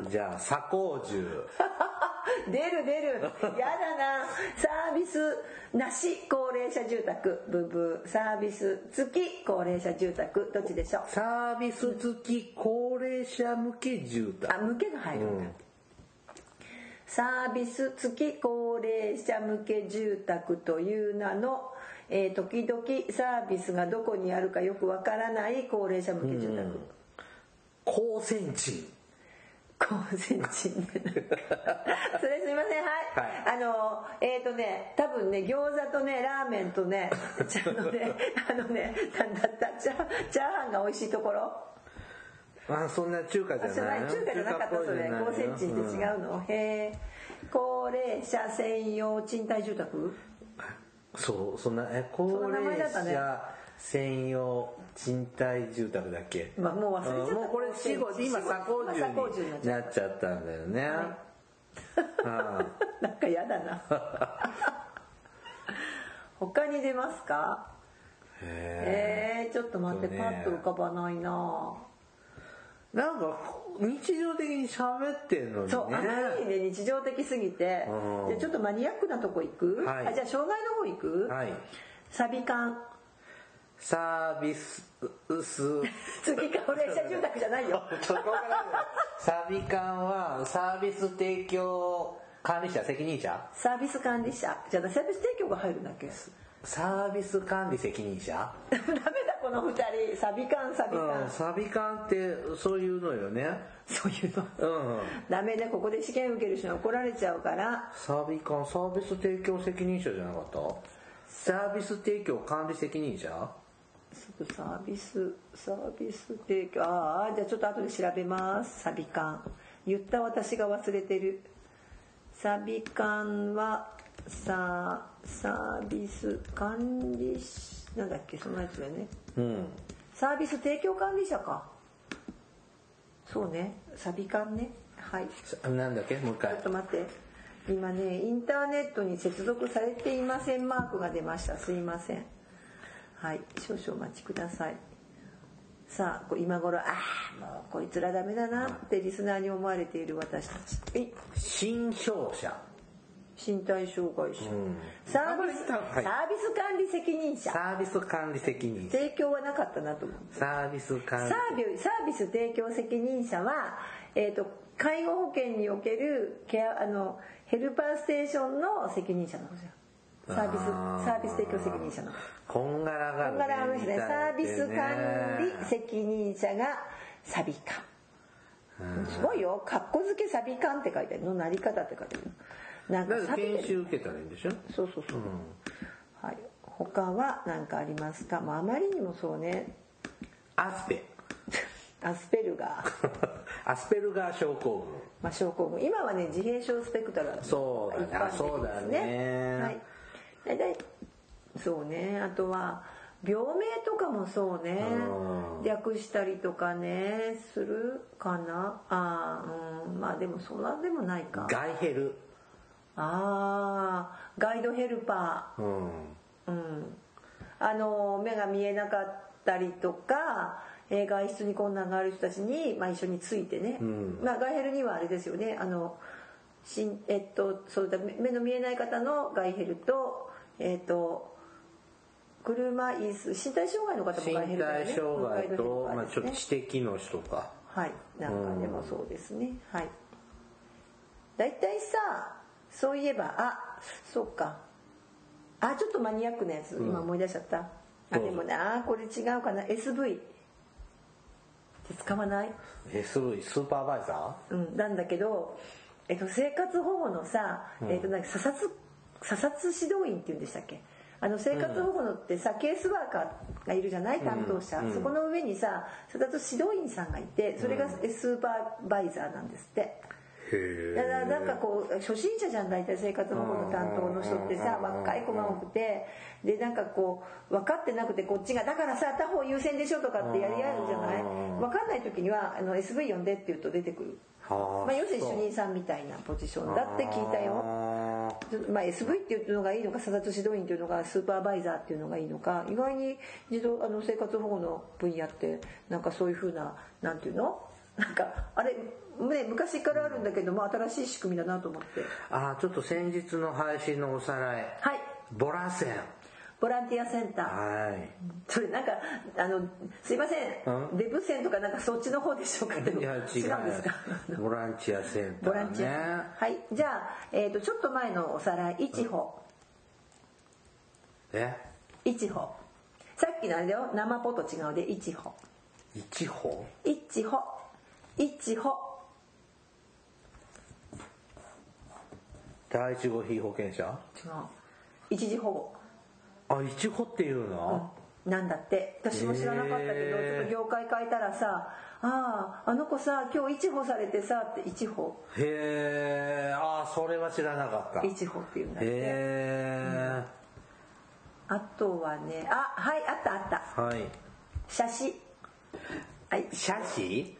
Speaker 2: いじゃあ左高銃
Speaker 1: 出る出るやだなサービスなし高齢者住宅ブブーサービス付き高齢者住宅どっちでしょう
Speaker 2: サービス付き高齢者向け住
Speaker 1: あ
Speaker 2: 宅
Speaker 1: 向けが入るんだ、
Speaker 2: うん
Speaker 1: サービス付き高齢者向け住宅という名の、えー時々サービスがどこにあるかよくわからない高齢者向け住宅、
Speaker 2: 高専地
Speaker 1: 高専地そ れすいませんはい、あのえっ、とね多分ね餃子とねラーメンと ねちゃんとねあのねなんだったチャチャーハンが美味しいところ
Speaker 2: あそんな中華
Speaker 1: あ
Speaker 2: じ
Speaker 1: そ
Speaker 2: ゃ
Speaker 1: れ
Speaker 2: ない
Speaker 1: 中華じゃなかった
Speaker 2: ぽい
Speaker 1: それ
Speaker 2: じゃない
Speaker 1: 5センチで違
Speaker 2: ん
Speaker 1: うの、へえ高齢者専用賃貸住宅
Speaker 2: そうそんなえ高
Speaker 1: そんな名
Speaker 2: 齢
Speaker 1: 前だったね
Speaker 2: 者専用賃貸住宅だっけ
Speaker 1: まあもう忘れちゃった
Speaker 2: もうこれ死後今
Speaker 1: 死後
Speaker 2: 左高
Speaker 1: 今左高
Speaker 2: 住
Speaker 1: 順になっ
Speaker 2: に
Speaker 1: ちゃ
Speaker 2: な
Speaker 1: っ
Speaker 2: っちゃったんだよ ね、あ
Speaker 1: た なんかやだ な他に出ますか
Speaker 2: ーへ
Speaker 1: えー、ちょっと待って、
Speaker 2: そうね
Speaker 1: パッと浮かばないな
Speaker 2: ーなんか日常的に喋ってんのにね
Speaker 1: そう、あまりにね日常的すぎて
Speaker 2: うん
Speaker 1: じゃあちょっとマニアックなとこ行く、
Speaker 2: はい
Speaker 1: あじゃあ障害の方行く、
Speaker 2: はい
Speaker 1: サビ缶
Speaker 2: サービスす
Speaker 1: 次高齢者住宅じゃないよ
Speaker 2: そこからだよサビ館はサービス提供管理者責任者
Speaker 1: サービス管理者じゃあサービス提供が入るんだっけ
Speaker 2: サービス管理責任者
Speaker 1: ダメだこの二人サビ缶サビ缶、
Speaker 2: うんサビ館ってそういうのよね
Speaker 1: そういうの
Speaker 2: うん
Speaker 1: ダメねここで試験受ける人に怒られちゃうから
Speaker 2: サービカンサービス提供責任者じゃなかったサービス提供管理責任者
Speaker 1: ちょっとサービスサービス提供ああじゃあちょっと後で調べますサビ缶言った私が忘れてるサビ缶はササービス管理しなんだっけそのやつだよね
Speaker 2: うん
Speaker 1: サービス提供管理者かそうねサビ缶ねはい
Speaker 2: さなんだっけもう一
Speaker 1: ちょ
Speaker 2: 回
Speaker 1: っと待って今ねインターネットに接続されていませんマークが出ましたすいませんはい少々お待ちくださいさあこう今頃ああもうこいつらダメだなってリスナーに思われている私たちえい
Speaker 2: 新商社
Speaker 1: 身体障害者、
Speaker 2: うん
Speaker 1: サービスサ
Speaker 2: あんまりはい
Speaker 1: ービス管理責任者
Speaker 2: サービス管理責任者
Speaker 1: 提供はなかったなと思う
Speaker 2: サービス管理
Speaker 1: サービスサービス提供責任者は、えー、と介護保険におけるケアあのヘルパーステーションの責任者なのじゃんサービスサービス提供責任者なの
Speaker 2: こんがらが
Speaker 1: だ
Speaker 2: るね
Speaker 1: からあの人ね
Speaker 2: み
Speaker 1: サ
Speaker 2: たい
Speaker 1: ービ
Speaker 2: で
Speaker 1: ス管理責任者がサビカンすごいよ「かっこ付けサビカン」って書いてあるのなり方って書いてあるなん
Speaker 2: だ
Speaker 1: か
Speaker 2: から
Speaker 1: サビ
Speaker 2: 研修受けたらいいんでしょ
Speaker 1: そうそうそう、はい他は何かありますか、まあ、あまりにもそうね
Speaker 2: アスペ
Speaker 1: アスペルガー
Speaker 2: アスペルガー症候
Speaker 1: まあ、症候群今はね自閉症スペクトラム
Speaker 2: そうだね
Speaker 1: が一般的ですね
Speaker 2: あそうだね
Speaker 1: はい大体そうねあとは病名とかもそうね
Speaker 2: うん
Speaker 1: 略したりとかねするかなあーうんまあでもそんなでもないか
Speaker 2: 群ガイヘル
Speaker 1: ああガイドヘルパ
Speaker 2: うん
Speaker 1: ーうんあの目が見えなかったりとかえー外出に困難がある人たちに、まあ、一緒についてね、
Speaker 2: うん
Speaker 1: まあ、外ヘルにはあれですよねあのしん、えっと、そうだ目目の見えない方の外ヘルと,、えっと、車椅子身体障害の方も
Speaker 2: 身
Speaker 1: 外ヘルだよ
Speaker 2: 体
Speaker 1: ね
Speaker 2: 障害と、
Speaker 1: ガイドヘルパー
Speaker 2: まあ、
Speaker 1: です
Speaker 2: ちょ
Speaker 1: ね
Speaker 2: っと知的の人か
Speaker 1: はいなんかでもそうですね、はい大体さそういえばあそうかあちょっとマニアックなやつ、今思い出しちゃったあ
Speaker 2: どうぞ
Speaker 1: でもなこれ違うかな SV って使わない
Speaker 2: SV スーパーバイザ
Speaker 1: うん、なんだけど、えっと、生活保護のさ、えっと、なんか査察査察指導員っていうんでしたっけあの生活保護のってさ、ケースワーカーがいるじゃない担当者、そこの上にさ査察指導員さんがいてそれがえスーパーバイザーなんですって。
Speaker 2: ーへ
Speaker 1: だからなんかこう初心者じゃん大体生活保護の担当の人ってさ
Speaker 2: うん
Speaker 1: 若い子が多くてでなんかこう分かってなくてこっちが「だからさ他方優先でしょ」とかってやり合うじゃない
Speaker 2: うん
Speaker 1: 分かんない時にはあの SV 呼んでって言うと出てくる
Speaker 2: はあ
Speaker 1: まあ、要するに主任さんみたいなポジションだって聞いたよ、
Speaker 2: よ
Speaker 1: ちょっとまあ、SV っていうのがいいのか査察指導員っていうのがスーパーバイザーっていうのがいいのか意外に児童あの生活保護の分野ってなんかそういうふうななんていうの なんかあれ、ね、昔からあるんだけども新しい仕組みだなと思って
Speaker 2: あーちょっと先日の配信のおさらい
Speaker 1: はい
Speaker 2: ボラセン
Speaker 1: ボランティアセンター
Speaker 2: はい
Speaker 1: それなんかあのすいませ
Speaker 2: うん
Speaker 1: んデブ線とかなんかそっちの方でしょうかって
Speaker 2: いや違う
Speaker 1: うんですか
Speaker 2: ボランティアセンター、ね、
Speaker 1: ボランティア、はいじゃあ、えー、とちょっと前のおさらい一歩、
Speaker 2: え
Speaker 1: 一歩さっきのあれだよ生ポと違うで一歩
Speaker 2: 一歩
Speaker 1: 一歩一歩
Speaker 2: 第一号被保険者
Speaker 1: 違う一時保護、
Speaker 2: あ一歩っていう
Speaker 1: うん
Speaker 2: の、
Speaker 1: なんだって私も知らなかったけど、
Speaker 2: へー
Speaker 1: ちょっと業界変えたらさあああの子さ今日一歩されてさって一歩
Speaker 2: へえあーそれは知らなかったへ
Speaker 1: 一歩っていうんだって
Speaker 2: え、
Speaker 1: あとはねあはいあったあった
Speaker 2: はい
Speaker 1: 写真はい
Speaker 2: 写真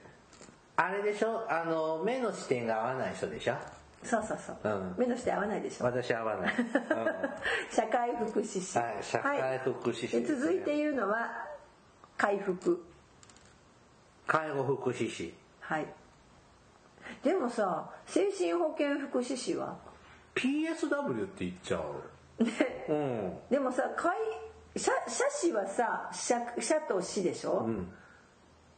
Speaker 2: あれでしょあの目の視点が合わない人でしょ
Speaker 1: そうそうそう、
Speaker 2: うん
Speaker 1: 目の下合わないでしょ
Speaker 2: 私合わ ない、うん
Speaker 1: 社会福祉士、
Speaker 2: はい社会福祉士ですね
Speaker 1: はいで続いて言うのは回復
Speaker 2: 介護福祉士
Speaker 1: はいでもさ精神保健福祉士は
Speaker 2: PSW って言っちゃううん
Speaker 1: でもさ介社社士はさ社社と士でしょ、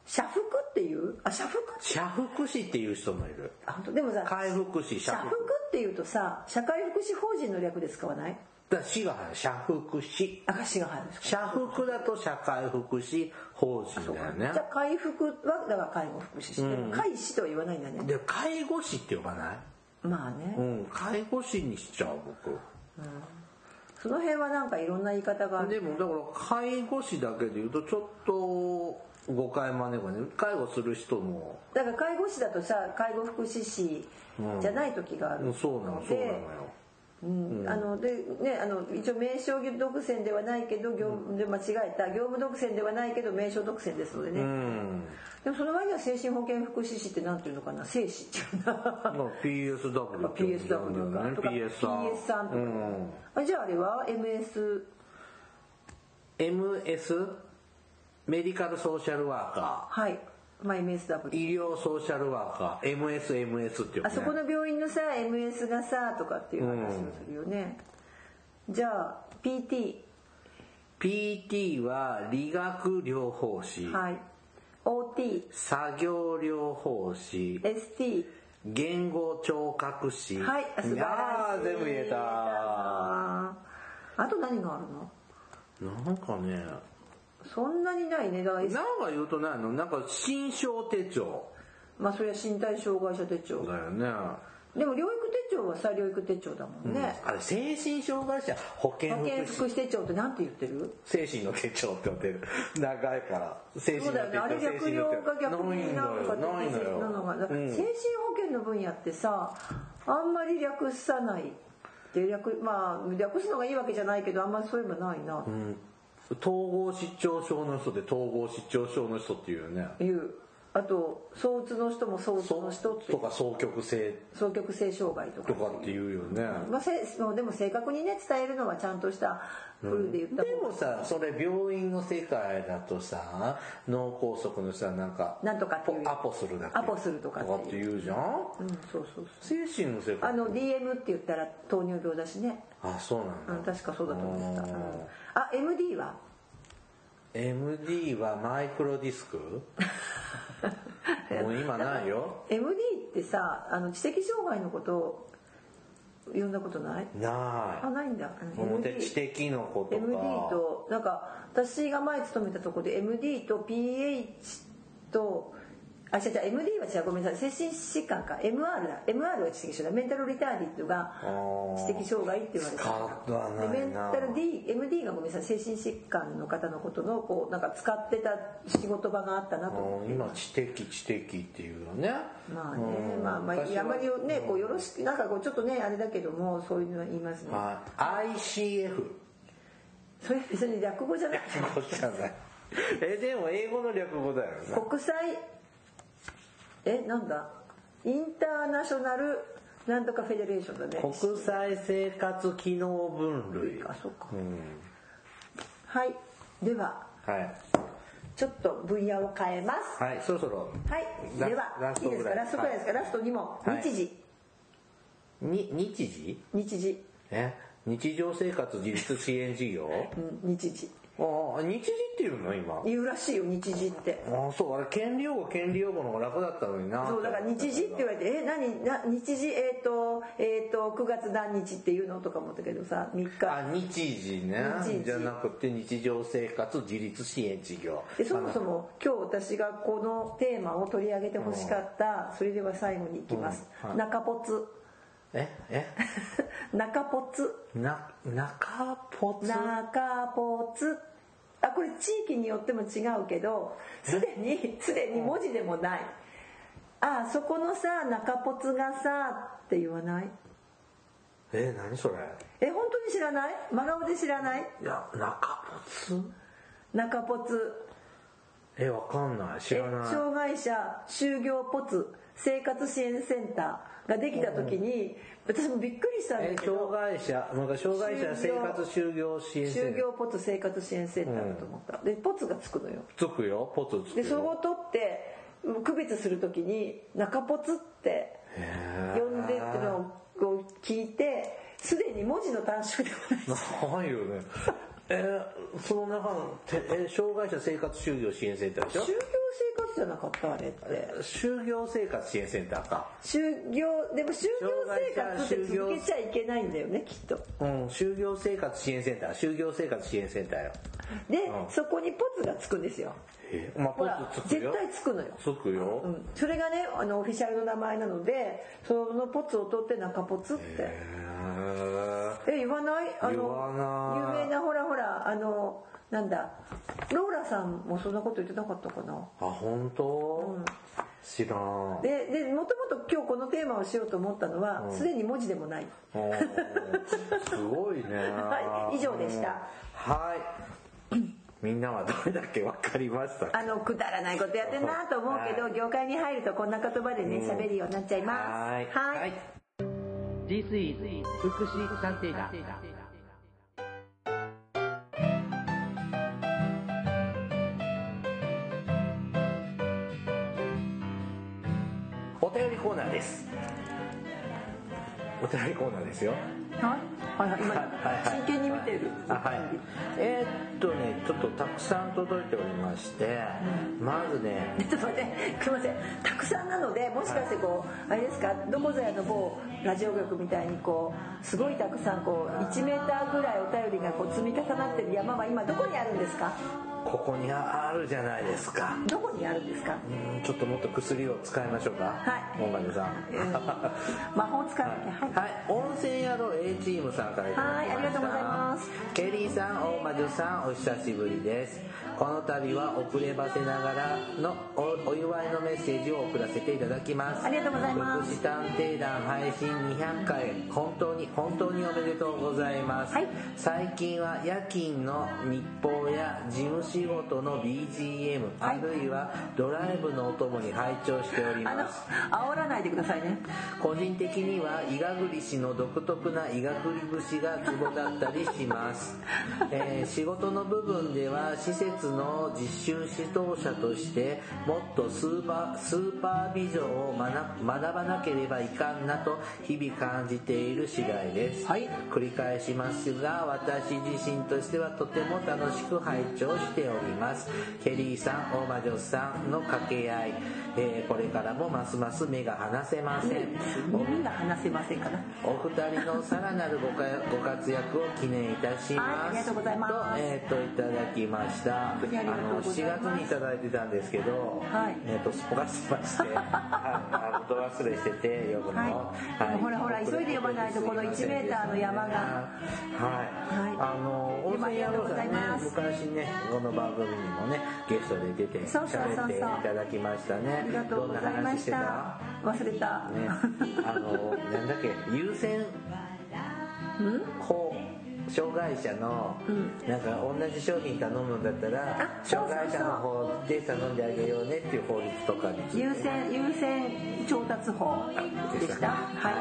Speaker 1: 社服っていうあ社服って
Speaker 2: 社福士っていう人もいる
Speaker 1: あ本当でもさ
Speaker 2: 介福祉社
Speaker 1: 社
Speaker 2: 福
Speaker 1: 服っていうとさ社会福祉法人の略で使わない
Speaker 2: だから市が入る社福士
Speaker 1: 証が入るんですか
Speaker 2: 社福だと社会福祉法人だよね
Speaker 1: じゃあ回復はだから介護福祉士、でも介士とは言わないんだね
Speaker 2: で介護士って呼ばない
Speaker 1: まあね、
Speaker 2: うん介護士にしちゃう僕
Speaker 1: その辺はなんかいろんな言い方がある
Speaker 2: でもだから介護士だけで言うとちょっと誤解招くね介護する人も
Speaker 1: だから介護士だとさ介護福祉士じゃない時がある、
Speaker 2: うんそうなのそうなのよ
Speaker 1: うんあのでねあの一応名称独占ではないけど業務で間違えた業務独占ではないけど名称独占ですのでね、
Speaker 2: うん
Speaker 1: でもその割には精神保健福祉士ってなんていうのかな精子っていう
Speaker 2: ま
Speaker 1: な
Speaker 2: あ PSW って呼んでるんだよね
Speaker 1: PSW とか
Speaker 2: PS さん
Speaker 1: PS とか
Speaker 2: うん
Speaker 1: あじゃああれは MS
Speaker 2: MS メディカルソーシャルワーカ
Speaker 1: はいマイ MSW
Speaker 2: 医療ソーシャルワーカー MSMS っていうね
Speaker 1: あそこの病院のさ MS がさとかっていう話をするよね、じゃあ PT
Speaker 2: PT は理学療法士、
Speaker 1: はい OT
Speaker 2: 作業療法士
Speaker 1: ST
Speaker 2: 言語聴覚士
Speaker 1: はいあ素晴らしい
Speaker 2: あー全部言えた
Speaker 1: あと何があるの
Speaker 2: なんかね
Speaker 1: そんなにないねだから
Speaker 2: なんか言うとないのなんか心象手帳
Speaker 1: まあそれは身体障害者手帳
Speaker 2: だよね、
Speaker 1: でも療育手帳はさ療育手帳だもんね、
Speaker 2: あれ精神障害者保健
Speaker 1: 保健
Speaker 2: 福祉
Speaker 1: 福祉手帳ってなんて言ってる
Speaker 2: 精神の手帳って呼んでる長いから精
Speaker 1: そ
Speaker 2: 神
Speaker 1: う
Speaker 2: の
Speaker 1: だよ
Speaker 2: 手
Speaker 1: ねあれ
Speaker 2: 帳
Speaker 1: 略量が逆になんか
Speaker 2: ないのよ
Speaker 1: なのが
Speaker 2: ない
Speaker 1: だ
Speaker 2: のよ、うん
Speaker 1: 精神保健の分野ってさあんまり略さないで略まあ略すのがいいわけじゃないけどあんまりそういうのないな、
Speaker 2: うん統合失調症の人で統合失調症の人っていうね
Speaker 1: いうあと相うつの人も相うつの人ってい
Speaker 2: と
Speaker 1: う
Speaker 2: か双極性
Speaker 1: 双極性障害とか
Speaker 2: とかっていうよね
Speaker 1: まあ、せもうでも正確にね伝えるのはちゃんとしたフルで言った
Speaker 2: で
Speaker 1: 方が、
Speaker 2: もさそれ病院の世界だとさ脳梗塞の人はなんか
Speaker 1: なんとかっていう
Speaker 2: アポするだっけ
Speaker 1: アポするとかっていう
Speaker 2: っていうじゃん
Speaker 1: うんそうそうそう
Speaker 2: 精神の世界
Speaker 1: あの DM って言ったら糖尿病だしね、
Speaker 2: あそうなん
Speaker 1: う
Speaker 2: だ、
Speaker 1: ん、確かそうだと思ってた、うん
Speaker 2: あ
Speaker 1: あ MD は
Speaker 2: MD はマイクロディ スクもう今ないよ
Speaker 1: MD ってさあの知的障害のことを呼んだことないあ
Speaker 2: な
Speaker 1: ないんだ
Speaker 2: い
Speaker 1: うん
Speaker 2: もうで
Speaker 1: MD
Speaker 2: 知的のこと
Speaker 1: MD
Speaker 2: か
Speaker 1: となんか私が前勤めたとこで MD と PH とあ違う違う MD は違うごめんなさい精神疾患か MR だ MR は知的障害メンタルリターディットが
Speaker 2: あー
Speaker 1: 知的障害って言われて
Speaker 2: 使わないな
Speaker 1: でメンタル D MD がごめんなさい精神疾患の方のことのこうなんか使ってた仕事場があったなと思って
Speaker 2: うん今知的知的っていうよね
Speaker 1: まあね、
Speaker 2: うん
Speaker 1: まあまあ、
Speaker 2: 昔は
Speaker 1: あんまりね、こうよろしく、なんかこうちょっとね、あれだけども、そういうのは言いますね。
Speaker 2: はい ICF
Speaker 1: それ別に略語じゃなくて、
Speaker 2: こっちじゃないえでも英語の略語だよね
Speaker 1: 国際。え、なんだ。インターナショナル、なんとかフェデレーションだね。
Speaker 2: 国際生活機能分類
Speaker 1: あ、そうか
Speaker 2: う。ん
Speaker 1: はい、では、
Speaker 2: はい
Speaker 1: ちょっと分野を変えます。
Speaker 2: はいそろそろ
Speaker 1: はい、
Speaker 2: ラ
Speaker 1: では
Speaker 2: ラ、ス
Speaker 1: いい
Speaker 2: ト
Speaker 1: です
Speaker 2: ぐ
Speaker 1: か、
Speaker 2: らい
Speaker 1: ラストくらいですか、ラスト2問、
Speaker 2: はい
Speaker 1: 日時、
Speaker 2: に日時
Speaker 1: 日時、
Speaker 2: え日常生活自立支援事業
Speaker 1: うん、日時。
Speaker 2: ああ日時っていうの今
Speaker 1: 言うらしいよ、日時って。
Speaker 2: ああそうあれ権利用語権利用語の方が楽だったのにな
Speaker 1: そうだから日時って言われて「え何な日時えっ、とえっ、と9月何日っていうの?」とか思ったけどさ3日
Speaker 2: あ日時ね
Speaker 1: 日時
Speaker 2: じゃなくて日常生活自立支援事業
Speaker 1: でそもそも今日私がこのテーマを取り上げてほしかったそれでは最後に行きます
Speaker 2: うんはい
Speaker 1: 中ポツ
Speaker 2: ええ
Speaker 1: 中ポツ
Speaker 2: な中ポツ
Speaker 1: 中ポツあこれ地域によっても違うけどすでにすでに文字でもないあそこのさ中ポツがさって言わない
Speaker 2: え何それ
Speaker 1: え本当に知らない真顔で知らない
Speaker 2: いや中ポツ
Speaker 1: 中ポツ
Speaker 2: えわかんない知らない
Speaker 1: 障害者就業ポツ生活支援センターができた時に、私もびっくりしたん
Speaker 2: え
Speaker 1: だけ
Speaker 2: 障
Speaker 1: ど
Speaker 2: 害者なんか障害者生活就業支援セン
Speaker 1: 就
Speaker 2: ター
Speaker 1: 業ポツ生活支援センターだと思った、でポツがつくのよ
Speaker 2: つくよポツつくよ
Speaker 1: でそこを取って区別する時に中ポツって
Speaker 2: へえ
Speaker 1: 呼んでってのを聞いてすでに文字の短縮でもない
Speaker 2: ないよねえーその中のてえ障害者生活就業支援センターでしょ
Speaker 1: 就業生活じゃなかったあれって
Speaker 2: 就業生活支援センターか
Speaker 1: 就業でも就業生活っ
Speaker 2: 障
Speaker 1: て
Speaker 2: 害者
Speaker 1: 続け
Speaker 2: 就業
Speaker 1: ちゃいけないんだよねきっと
Speaker 2: うん就業生活支援センター就業生活支援センターよ
Speaker 1: で、
Speaker 2: うん
Speaker 1: そこにポツがつくんですよ
Speaker 2: えまあ
Speaker 1: ほら
Speaker 2: ポツつく
Speaker 1: 絶
Speaker 2: よ
Speaker 1: 対つくのよ、
Speaker 2: つくよ、
Speaker 1: うん、それがねあのオフィシャルの名前なのでそのポツを取って中ポツって
Speaker 2: へ
Speaker 1: え
Speaker 2: ー
Speaker 1: 言わないあの
Speaker 2: 言わない
Speaker 1: 有名なほらほらあのなんだローラさんもそんなこと言ってなかったかな
Speaker 2: あ本当、知らん
Speaker 1: ででもともと今日このテーマをしようと思ったのはすで、に文字でもない
Speaker 2: おーすごいね
Speaker 1: はい以上でした
Speaker 2: はいみんなはどれだけ分かりましたか
Speaker 1: あのくだらないことやってんなと思うけど、業界に入るとこんな言葉でね喋るようになっちゃいます
Speaker 2: はい
Speaker 1: はい
Speaker 3: This is 福祉探偵団
Speaker 2: は便りコーナーですお便りコーナーですよ
Speaker 1: はいはい今真剣に見てる
Speaker 2: あはいえーっとねちょっとたくさん届いておりましてまずね
Speaker 1: ちょっと待ってすいませんたくさんなのでもしかしてこうあれですかどこぞやの某ラジオ局みたいにこうすごいたくさんこう1メーターぐらいお便りがこう積み重なってる山は今どこにあるんですか
Speaker 2: ここにあるじゃないですか
Speaker 1: どこにあるんですか
Speaker 2: うーんちょっともっと薬を使いましょうか
Speaker 1: はい
Speaker 2: 本上さん
Speaker 1: えー魔法使ってはい
Speaker 2: はい、温泉宿 A チームさんからいただきました
Speaker 1: はいありがとうございます
Speaker 2: ケリーさん大魔女さんお久しぶりですこの度は遅ればせながらのおお祝いのメッセージを送らせていただきます
Speaker 1: ありがとうございます
Speaker 2: 福祉探偵団配信200回本当に本当におめでとうございます、
Speaker 1: はい
Speaker 2: 最近は夜勤の日報や事務仕事の BGM、
Speaker 1: は
Speaker 2: あ
Speaker 1: い
Speaker 2: るいはドライブのお供に拝聴しており
Speaker 1: あ
Speaker 2: ます
Speaker 1: の煽らないでくださいね
Speaker 2: 個人的にはイガグリ氏の独特なイガグリ節がツボだったりします、えー仕事の部分では施設の実習指導者としてもっとスーパースーパービジョンを学学ばなければいかんなと日々感じている次第です、
Speaker 1: はい
Speaker 2: 繰り返しますが私自身としてはとても楽しく拝聴しておりますケリーさん大魔女さんの掛け合い、えーこれからもますます目が離せません
Speaker 1: 耳が話せませんから
Speaker 2: おお二人のさらなるごかご活躍を記念いたします、
Speaker 1: はいありがとうございます
Speaker 2: えっ、といただきました
Speaker 1: 本当にありがとうございま
Speaker 2: あ
Speaker 1: す
Speaker 2: の7月にいただいてたんですけど、
Speaker 1: はい
Speaker 2: えっ、とすっぽかしてまして はいあのど忘れしてて読むの、
Speaker 1: はいほらほら急いで読まないとこの1メーターの山
Speaker 2: は
Speaker 1: が
Speaker 2: い、
Speaker 1: はい
Speaker 2: あの
Speaker 1: で
Speaker 2: 温
Speaker 1: もあ
Speaker 2: 泉
Speaker 1: りがとう
Speaker 2: 宿
Speaker 1: ご
Speaker 2: さ
Speaker 1: ざい
Speaker 2: んね
Speaker 1: ます
Speaker 2: 昔ねこの番組にもねゲストで出て
Speaker 1: そうそうそうそう
Speaker 2: 喋っていただきましたね
Speaker 1: ありがとうござ
Speaker 2: ど
Speaker 1: い
Speaker 2: んな
Speaker 1: ま
Speaker 2: 話
Speaker 1: し
Speaker 2: してた
Speaker 1: た忘れた、
Speaker 2: ね、あのなんだっけ優先
Speaker 1: うん
Speaker 2: こう障害者の、
Speaker 1: うん
Speaker 2: なんか同じ商品頼むんだったら
Speaker 1: あそうそう
Speaker 2: 障害者の方で頼んであげようねっていう法律とかについて
Speaker 1: 優先優先調達法でしたはい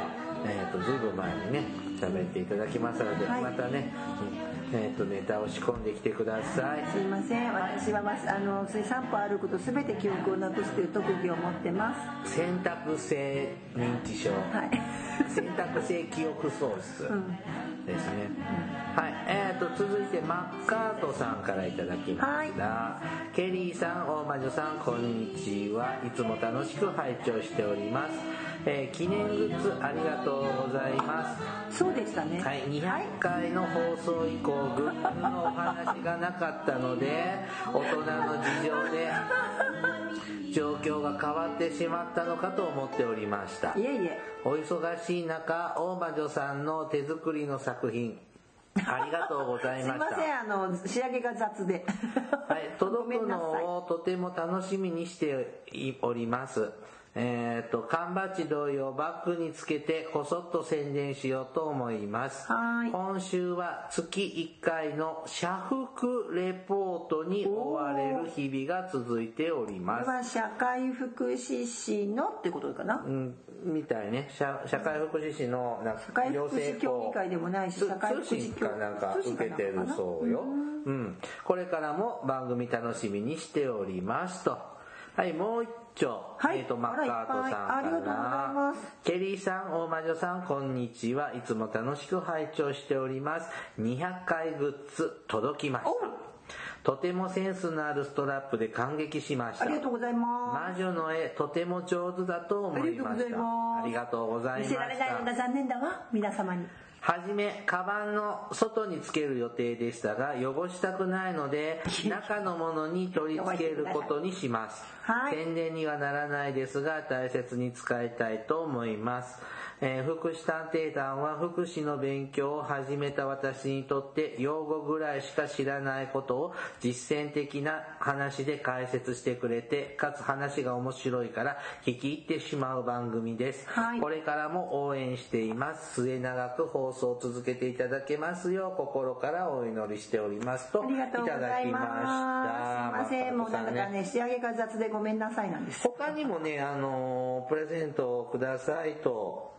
Speaker 2: えっ、とずいぶん前にね喋っていただきましたので、
Speaker 1: はい
Speaker 2: またね、うんえっ、とネタを仕込んできてください
Speaker 1: すいません私はまあの水散歩歩くと全て記憶をなくすという特技を持ってます
Speaker 2: 選択性認知症、
Speaker 1: はい
Speaker 2: 選択性記憶喪失
Speaker 1: うん
Speaker 2: ですね、はいえー、と続いてマッカートさんからいただきました、ケリーさん大魔女さんこんにちはいつも楽しく拝聴しております、えー記念グッズありがとうございます
Speaker 1: そうでしたね
Speaker 2: はい、200回の放送以降、グッズのお話がなかったので、大人の事情で、状況が変わってしまったのかと思っておりました
Speaker 1: い。えいえ
Speaker 2: お忙しい中、大魔女さんの手作りの作品、ありがとうござい
Speaker 1: すい
Speaker 2: ま
Speaker 1: ま
Speaker 2: した。
Speaker 1: せんあの仕上げが雑で
Speaker 2: はい、
Speaker 1: ご
Speaker 2: 届
Speaker 1: め
Speaker 2: く
Speaker 1: んなさい
Speaker 2: のをとても楽しみにしております。えっ、と、缶バッジ同様バッグにつけてこそっと宣伝しようと思います。
Speaker 1: はい
Speaker 2: 今週は月1回の社服レポートに追われる日々が続いており
Speaker 1: こ
Speaker 2: ま
Speaker 1: れ
Speaker 2: す。
Speaker 1: は社会福祉士のってことかな
Speaker 2: うん、みたいね。社社会福祉士のなんか
Speaker 1: 社会福
Speaker 2: 養成
Speaker 1: 祉協議会でもないし
Speaker 2: 通
Speaker 1: 社会福
Speaker 2: 通
Speaker 1: 祉
Speaker 2: 信
Speaker 1: 協
Speaker 2: かなんか受けてるそうよ。うん。これからも番組楽しみにしておりますと。はい、もう一丁。
Speaker 1: は
Speaker 2: え
Speaker 1: い
Speaker 2: っ、と、マッカートさんから。
Speaker 1: あらいっぱいありがとうございます
Speaker 2: ケリーさん、大魔女さん、こんにちは。いつも楽しく拝聴しております。200回グッズ届きました。とてもセンスのあるストラップで感激しました
Speaker 1: あ。りがとうございま
Speaker 2: 魔女の絵、とても上手だと思いました。あ
Speaker 1: あ
Speaker 2: り
Speaker 1: り
Speaker 2: がとうござい
Speaker 1: す
Speaker 2: ま
Speaker 1: 見
Speaker 2: した。
Speaker 1: せられないのが残念だわ皆様に
Speaker 2: はじめ、カバンの外につける予定でしたが、汚したくないので、 中のものに取り付けることにします。
Speaker 1: はい
Speaker 2: 宣伝にはならないですが、大切に使いたいと思います。えー福祉探偵団は福祉の勉強を始めた私にとって、用語ぐらいしか知らないことを実践的な話で解説してくれて、かつ話が面白いから聞き入ってしまう番組です。
Speaker 1: はい
Speaker 2: これからも応援しています。末永く放送を続けていただけますよう心からお祈りしておりますと
Speaker 1: ありがとうございます。すいません、もうなんか
Speaker 2: ね。
Speaker 1: ね、仕上げが雑でごめんなさいなんです。
Speaker 2: 他にもね、あのープレゼントをくださいと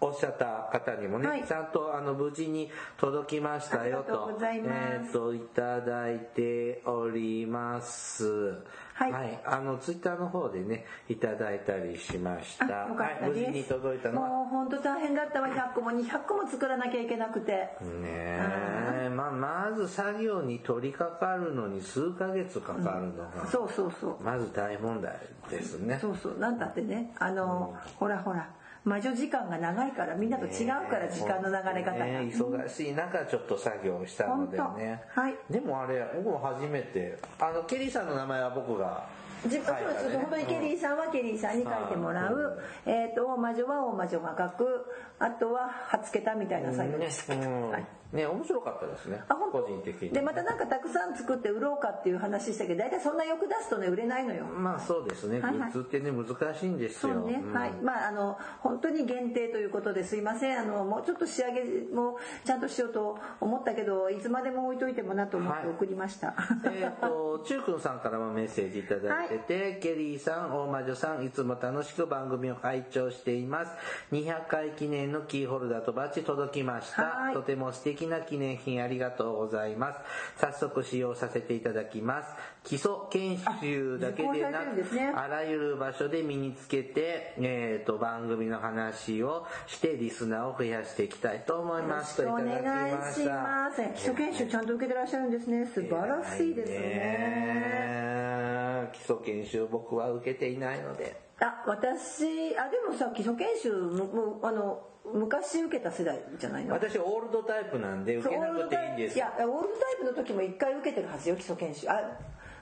Speaker 2: おっしゃった方にもね、
Speaker 1: はい
Speaker 2: ちゃんとあの無事に届きましたよ
Speaker 1: ありがと
Speaker 2: と
Speaker 1: うございます
Speaker 2: えっといただいております。
Speaker 1: はい
Speaker 2: あのツイッターの方でねいただいたりしました。
Speaker 1: あよかった
Speaker 2: はい、無
Speaker 1: です、
Speaker 2: 事に届いたのは
Speaker 1: もう本当大変だったわ100個も200個も作らなきゃいけなくて
Speaker 2: ねえ、まあ、まず作業に取り掛かるのに数ヶ月かかるのが、
Speaker 1: そうそうそう
Speaker 2: まず大問題ですね。
Speaker 1: そうそうなんだってねあの、ほらほら魔女時間が長いからみんなと違うから時間の流れ方が、
Speaker 2: ねえ忙しい中ちょっと作業したのでね、
Speaker 1: ほんとはい
Speaker 2: でもあれ僕も初めてあのケリーさんの名前は僕が
Speaker 1: 自分
Speaker 2: はい
Speaker 1: そうです本当にケリーさんはケリーさんに書いてもらう、えっ、と大魔女は大魔女が書くあとははっつけたみたいな作業
Speaker 2: ね
Speaker 1: です、
Speaker 2: うん
Speaker 1: はい
Speaker 2: ね面白かったですね
Speaker 1: あ本当
Speaker 2: 個人的に
Speaker 1: でまたなんかたくさん作って売ろうかっていう話でしたけど大体そんな欲出すとね売れないのよ
Speaker 2: まあそうですね、
Speaker 1: はいはい
Speaker 2: グッズってね難しいんです
Speaker 1: そ
Speaker 2: よ
Speaker 1: うね、
Speaker 2: ん
Speaker 1: はいまああの本当に限定ということですいませんあのもうちょっと仕上げもちゃんとしようと思ったけどいつまでも置いといてもなと思って
Speaker 2: はい
Speaker 1: 送りました、
Speaker 2: えっと中君さんからもメッセージいただいてて、ケリーさん大魔女さんいつも楽しく番組を拝聴しています200回記念のキーホルダーとバッジ届きまし
Speaker 1: は
Speaker 2: た
Speaker 1: い
Speaker 2: とても素敵な記念品ありがとうございます早速使用させていただきます基礎研修だけで
Speaker 1: あ受講され
Speaker 2: な
Speaker 1: てるん
Speaker 2: く
Speaker 1: ですね
Speaker 2: あらゆる場所で身につけて、えっと番組の話をしてリスナーを増やしていきたいと思いますとい
Speaker 1: お
Speaker 2: ただ
Speaker 1: 願い
Speaker 2: きまし
Speaker 1: した ます基礎研修ちゃんと受けてらっしゃるんですね素晴らしいですね
Speaker 2: ね基礎研修僕は受けていないので
Speaker 1: あ私あでもさ基礎研修ももうあの昔受けた世代じゃないの
Speaker 2: 私オールドタイプなんで受けな
Speaker 1: オー
Speaker 2: く
Speaker 1: ルド
Speaker 2: ていい
Speaker 1: タ
Speaker 2: ん
Speaker 1: イ
Speaker 2: で
Speaker 1: プ
Speaker 2: す
Speaker 1: いやオールドタイプの時も一回受けてるはずよ基礎研修あ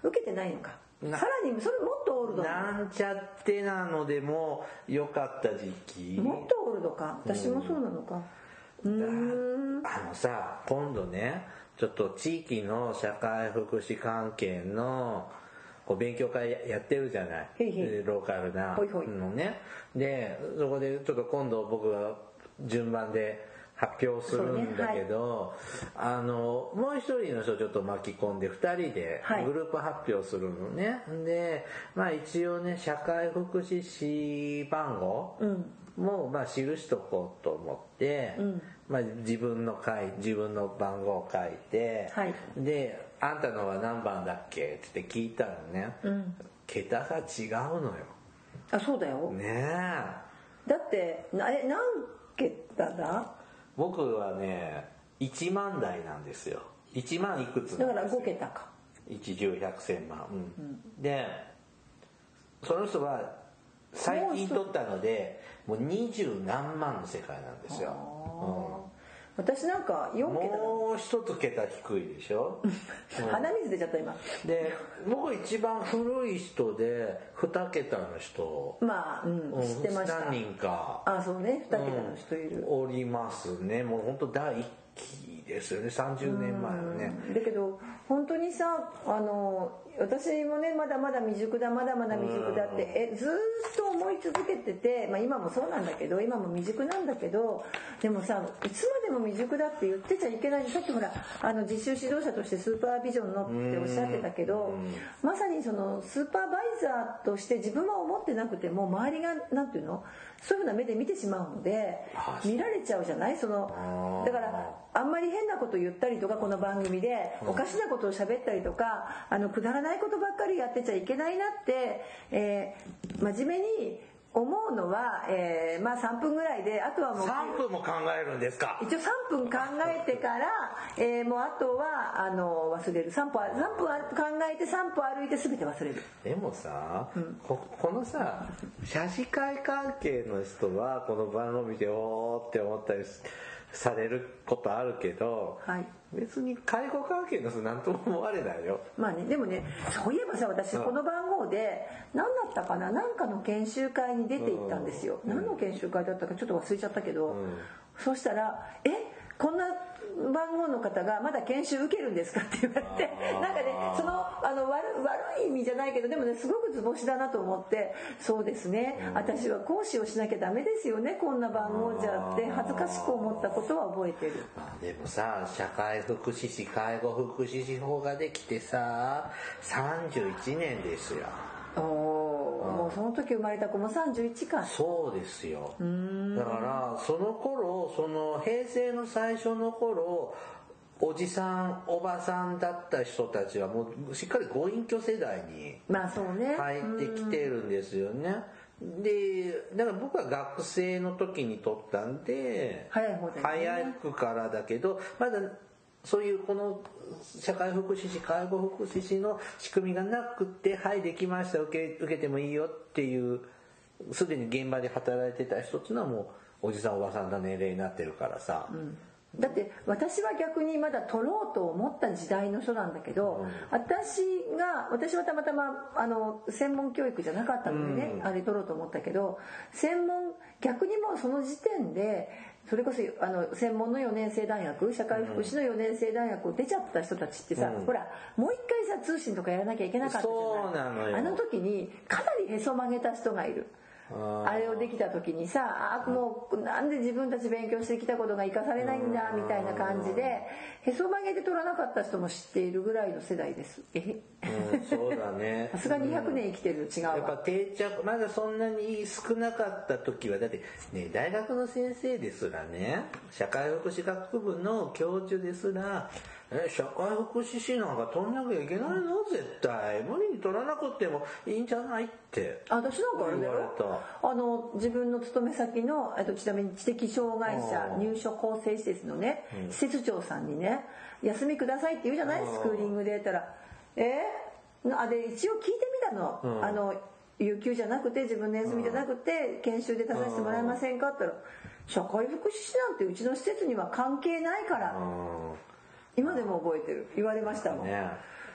Speaker 1: 受けてないのか
Speaker 2: な
Speaker 1: さらにそれもっとオールドなの
Speaker 2: なんちゃってなのでも良かった時期
Speaker 1: もっとオールドか私もそうなのかうーん
Speaker 2: あのさ今度ねちょっと地域の社会福祉関係のこう勉強会ややってるじゃない
Speaker 1: へいへ
Speaker 2: ローカルな
Speaker 1: ほいほい
Speaker 2: のねでそこでちょっと今度僕が順番で発表するんだけど、あのもう一人の人をちょっと巻き込んで2人で
Speaker 1: はい
Speaker 2: グループ発表するのね、で、まあ、一応ね社会福祉士番号、
Speaker 1: うん
Speaker 2: もまあ記しとこうと思って、
Speaker 1: うん
Speaker 2: まあ、自分の回自分の番号を書いて、
Speaker 1: はい
Speaker 2: で「あんたのは何番だっけ?」って聞いたらね、
Speaker 1: うん
Speaker 2: 桁が違うのよ
Speaker 1: あそうだよ
Speaker 2: ねえ
Speaker 1: だってなえ何桁だ
Speaker 2: 僕はね1万台なんですよ1万いくつ
Speaker 1: だ
Speaker 2: な
Speaker 1: か
Speaker 2: んで
Speaker 1: ら
Speaker 2: すよ
Speaker 1: 5桁か
Speaker 2: 一十百千万、うんでその人は最近取ったのでもう二十何万の世界なんですよ、うん
Speaker 1: 私なんか4桁だ
Speaker 2: もう一つ桁低いでしょ、
Speaker 1: 鼻水出ちゃった今
Speaker 2: うんで僕一番古い人で2桁の人、
Speaker 1: まあ、うん
Speaker 2: うん、
Speaker 1: 知ってました
Speaker 2: 何人か
Speaker 1: あそうね2桁の人いる、
Speaker 2: うんおりますねもう本当第一期ですよね30年前のね
Speaker 1: だけど本当にさあの私もねまだまだ未熟だまだまだ未熟だってえずーっと思い続けてて、まあ、今もそうなんだけど今も未熟なんだけどでもさいつまでも未熟だって言ってちゃいけないさっきほらあの実習指導者としてスーパービジョンのっておっしゃってたけどまさにそのスーパーバイザーとして自分は思ってなくても周りがなんていうのそういうふうな目で見てしまうので
Speaker 2: あ
Speaker 1: 見られちゃうじゃないそ
Speaker 2: あ
Speaker 1: の
Speaker 2: ー
Speaker 1: だからあんまり変なこと言ったりとかこの番組でおかしなことを喋ったりとかあのくだらないことばっかりやってちゃいけないなって、えー真面目に思うのは、えーまあ3分ぐらいであとはもう
Speaker 2: 3分も考えるんですか
Speaker 1: 一応3分考えてから、えーもうあとはあの忘れる3歩あ三歩あ考えて3歩歩いて全て忘れる
Speaker 2: でもさ、ここのさ社会関係の人はこの番組でおーって思ったりしされることあるけど、
Speaker 1: はい
Speaker 2: 別に介護関係の人なんとも思われないよ
Speaker 1: まあね、でもねそういえばさ私
Speaker 2: うん
Speaker 1: この番号で何だったかな何かの研修会に出て行ったんですよ、
Speaker 2: うん
Speaker 1: 何の研修会だったかちょっと忘れちゃったけど、
Speaker 2: ん
Speaker 1: そうしたら「えこんな番号の方がまだ研修受けるんですか?」って言われて
Speaker 2: あー
Speaker 1: なんかねそのあの悪悪い意味じゃないけどでもねすごく図星だなと思って「そうですね、私は講師をしなきゃダメですよねこんな番号じゃ」って
Speaker 2: あー
Speaker 1: 恥ずかしく思ったことは覚えてる。
Speaker 2: まあでもさ社会福祉士介護福祉士法ができてさ31年ですよ
Speaker 1: おーももうその時生まれた子も31か
Speaker 2: そうですよ
Speaker 1: うーん
Speaker 2: だからその頃その平成の最初の頃おじさんおばさんだった人たちはもうしっかりご隠居世代に
Speaker 1: まあそうね
Speaker 2: 入ってきてるんですよねでだから僕は学生の時に撮ったんで
Speaker 1: 早い方だよね
Speaker 2: 早くからだけどまだそういうこの社会福祉士介護福祉士の仕組みがなくて「はいできました受け受けてもいいよ」っていうすでに現場で働いてた人っていうのはもうおじさんおばさんの年齢になってるからさ、
Speaker 1: だって私は逆にまだ取ろうと思った時代の人なんだけど、私が私はたまたまあの専門教育じゃなかったのでね、あれ取ろうと思ったけど専門逆にもうその時点でそれこそあの専門の4年生大学社会福祉の4年生大学を出ちゃった人たちってさ、
Speaker 2: うん
Speaker 1: ほらもう一回さ通信とかやらなきゃいけなかったじ
Speaker 2: そうな
Speaker 1: ゃな
Speaker 2: の
Speaker 1: い
Speaker 2: よ
Speaker 1: あの時にかなりへそ曲げた人がいる。
Speaker 2: うん
Speaker 1: あれをできた時にさあもうなんで自分たち勉強してきたことが生かされないんだみたいな感じでへそ曲げで取らなかった人も知っているぐらいの世代ですえ
Speaker 2: うんそうだね
Speaker 1: さすが200年生きてる違う
Speaker 2: やっぱ
Speaker 1: わ
Speaker 2: 定着まだそんなに少なかった時はだってね大学の先生ですらね社会福祉学部の教授ですらえ社会福祉士なんか取んなきゃいけないの絶対無理に取らなくてもいいんじゃないって
Speaker 1: あ私なんかあれだよ
Speaker 2: 言われた
Speaker 1: あの自分の勤め先のえっとちなみに知的障害者
Speaker 2: うん
Speaker 1: 入所構成施設のね施設長さんにね「休みください」って言うじゃない
Speaker 2: うん
Speaker 1: スクーリングで言ったら「えなあで一応聞いてみたの,、
Speaker 2: うん
Speaker 1: あの有給じゃなくて自分の休みじゃなくて研修で出させてもらえませんか?」って言ったら「社会福祉士なんてうちの施設には関係ないから
Speaker 2: う
Speaker 1: 今でも覚えてる言われましたもん」
Speaker 2: んね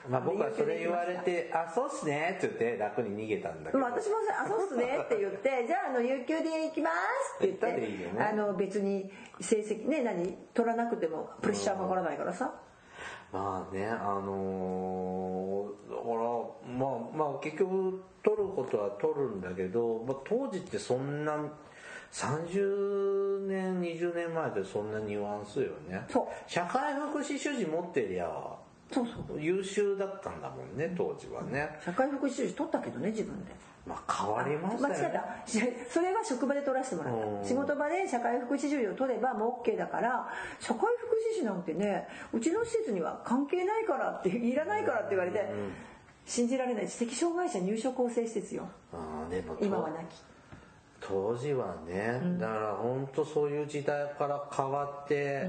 Speaker 2: まあ僕はそれ言われて「あそうっすね」って言って楽に逃げたんだけ
Speaker 1: で
Speaker 2: ど
Speaker 1: も私もさ「あそうっすね」って言 って「じゃああの有給で行きます」っ
Speaker 2: 行
Speaker 1: て言って
Speaker 2: ったらいいよね
Speaker 1: あの別に成績ね何取らなくてもプレッシャーかからないからさ
Speaker 2: まあねあのーだからまあまあ結局取ることは取るんだけど、まあ、当時ってそんな30年20年前でそんなニュアンスよね
Speaker 1: そう
Speaker 2: 社会福祉主事持ってりゃ
Speaker 1: そうそう
Speaker 2: 優秀だったんだもんね当時はね
Speaker 1: 社会福祉士取ったけどね自分で
Speaker 2: まあ変わりました
Speaker 1: 間
Speaker 2: よ
Speaker 1: 違え
Speaker 2: ね
Speaker 1: たしそれは職場で取らせてもらっ
Speaker 2: う
Speaker 1: た
Speaker 2: ん
Speaker 1: 仕事場で社会福祉士を取ればもう OK だから社会福祉士なんてねうちの施設には関係ないからっていらないからって言われて信じられない知的障害者入所構成施設よ
Speaker 2: あーでも
Speaker 1: 今はなき
Speaker 2: 当時はね、だから本当そういう時代から変わって、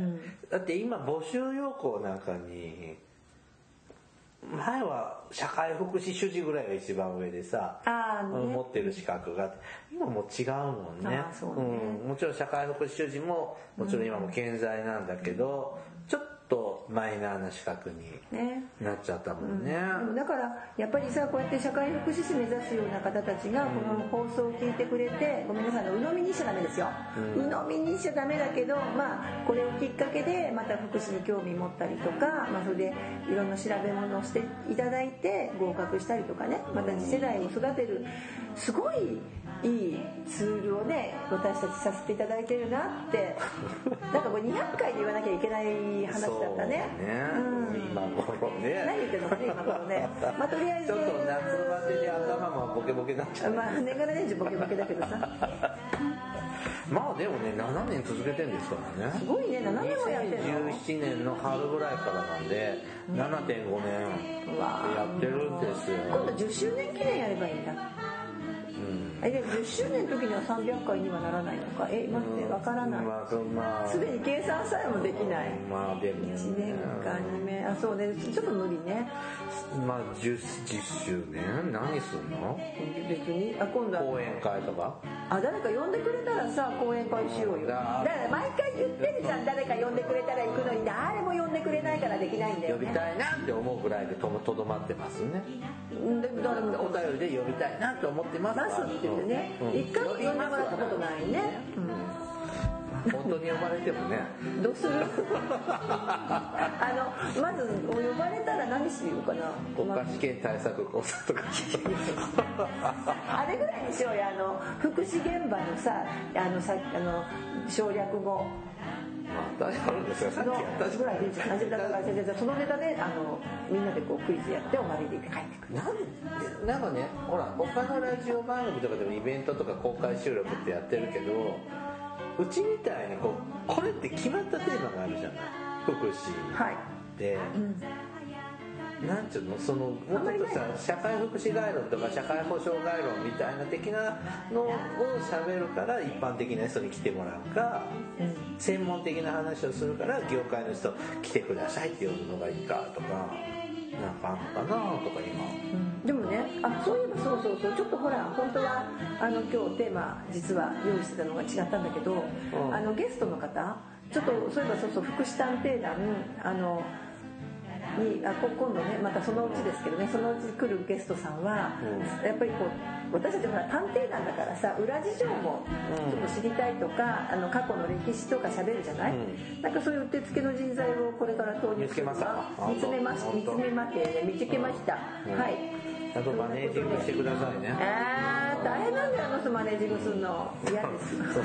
Speaker 2: だって今募集要項なんかに前は社会福祉主事ぐらいが一番上でさ、
Speaker 1: あーね
Speaker 2: 持ってる資格が今もう違うもんね
Speaker 1: あーそうね
Speaker 2: ん、もちろん社会福祉主事ももちろん今も健在なんだけど、ちょっとマイナーな資格に
Speaker 1: ね
Speaker 2: なっちゃったもんね、
Speaker 1: でもだからやっぱりさこうやって社会福祉士目指すような方たちがこの放送を聞いてくれてごめんなさいあの鵜呑みにしちゃダメですよ、鵜呑みにしちゃダメだけどまあこれをきっかけでまた福祉に興味持ったりとか、まあ、それでいろんな調べ物をしていただいて合格したりとかねまた次世代を育てるすごいいいツールをね私たちさせていただいてるなって なんかこれ200回で言わなきゃいけない話だったね。
Speaker 2: そうね
Speaker 1: うん
Speaker 2: 今頃ね
Speaker 1: 何言ってんのかね今頃 ねまあとりあえず
Speaker 2: ちょっと夏バテで頭もボケボケになっちゃう、
Speaker 1: まあ年がら年中ボケボケだけどさ
Speaker 2: まあでもね7年続けてんですからね
Speaker 1: すごいね7年もやってるの
Speaker 2: 2017年の春ぐらいからなんで7.5年
Speaker 1: うわ
Speaker 2: やってるんですよ
Speaker 1: 今度10周年記念やればいいんだ
Speaker 2: うん
Speaker 1: えでも10周年の時には300回にはならないのかえ待ってわからない
Speaker 2: まあそまあ
Speaker 1: すでに計算さえもできない
Speaker 2: まあでもね
Speaker 1: 1年か2年あそうねちょっと無理ね
Speaker 2: まあ 10, 10周年何すんの
Speaker 1: 別にあ今度
Speaker 2: 講
Speaker 1: は
Speaker 2: 演会とか
Speaker 1: あ誰か呼んでくれたらさ講演会しようよだから毎回言ってるじゃん誰か呼んでくれたら行くのに誰も呼んでくれないからできないんだ
Speaker 2: 呼
Speaker 1: よ
Speaker 2: び
Speaker 1: ね
Speaker 2: たいなって思うぐらいでともとどまってますね
Speaker 1: うんでも誰も
Speaker 2: お便りで呼びたいなと思ってます
Speaker 1: マスって言ってね、一回も呼んでもらったことないね、
Speaker 2: 本当に呼ばれてもね
Speaker 1: うん、どうする あのまず呼ばれたら何しようかな
Speaker 2: 国家試験対策講座とか
Speaker 1: あれぐらいにしようよあの福祉現場のさあのさあの省略語
Speaker 2: 大丈夫あるんですよさっき
Speaker 1: の
Speaker 2: やったじゃ
Speaker 1: ぐらいでいいんじゃないでだから
Speaker 2: ん
Speaker 1: 先生じゃあそのネタであのみんなでこうクイズやって終わりで帰ってくる
Speaker 2: なんでなんかねほら他のラジオ番組とかでもイベントとか公開収録ってやってるけどうちみたいにこうこれって決まったテーマがあるじゃない福祉
Speaker 1: はい、
Speaker 2: で、
Speaker 1: うん、
Speaker 2: なんちゅうのそのもうちょっとさ社会福祉概論とか社会保障概論みたいな的なのを喋るから一般的な人に来てもらうか、
Speaker 1: う
Speaker 2: 専門的な話をするから業界の人来てくださいって呼ぶのがいいかとかなんかあんのかなとか今
Speaker 1: でもねあそういえばそうそうそうちょっとほら本当はあの今日テーマ実は用意してたのが違ったんだけど、
Speaker 2: ん
Speaker 1: あのゲストの方ちょっとそういえばそうそう福祉探偵団あのにあこ今度ねまたそのうちですけどねそのうち来るゲストさんは、やっぱりこう私たちほら探偵団だからさ裏事情もちょっと知りたいとか、あの過去の歴史とか喋るじゃない、
Speaker 2: う
Speaker 1: なんかそういううってつけの人材をこれから投入
Speaker 2: 見つけました
Speaker 1: あ見つめまし
Speaker 2: あ
Speaker 1: 見つめまってね見つけました、
Speaker 2: うん
Speaker 1: はい
Speaker 2: あとマネージングしてくださいね
Speaker 1: あー大変なんだよあの人マネージングするの嫌です
Speaker 2: そう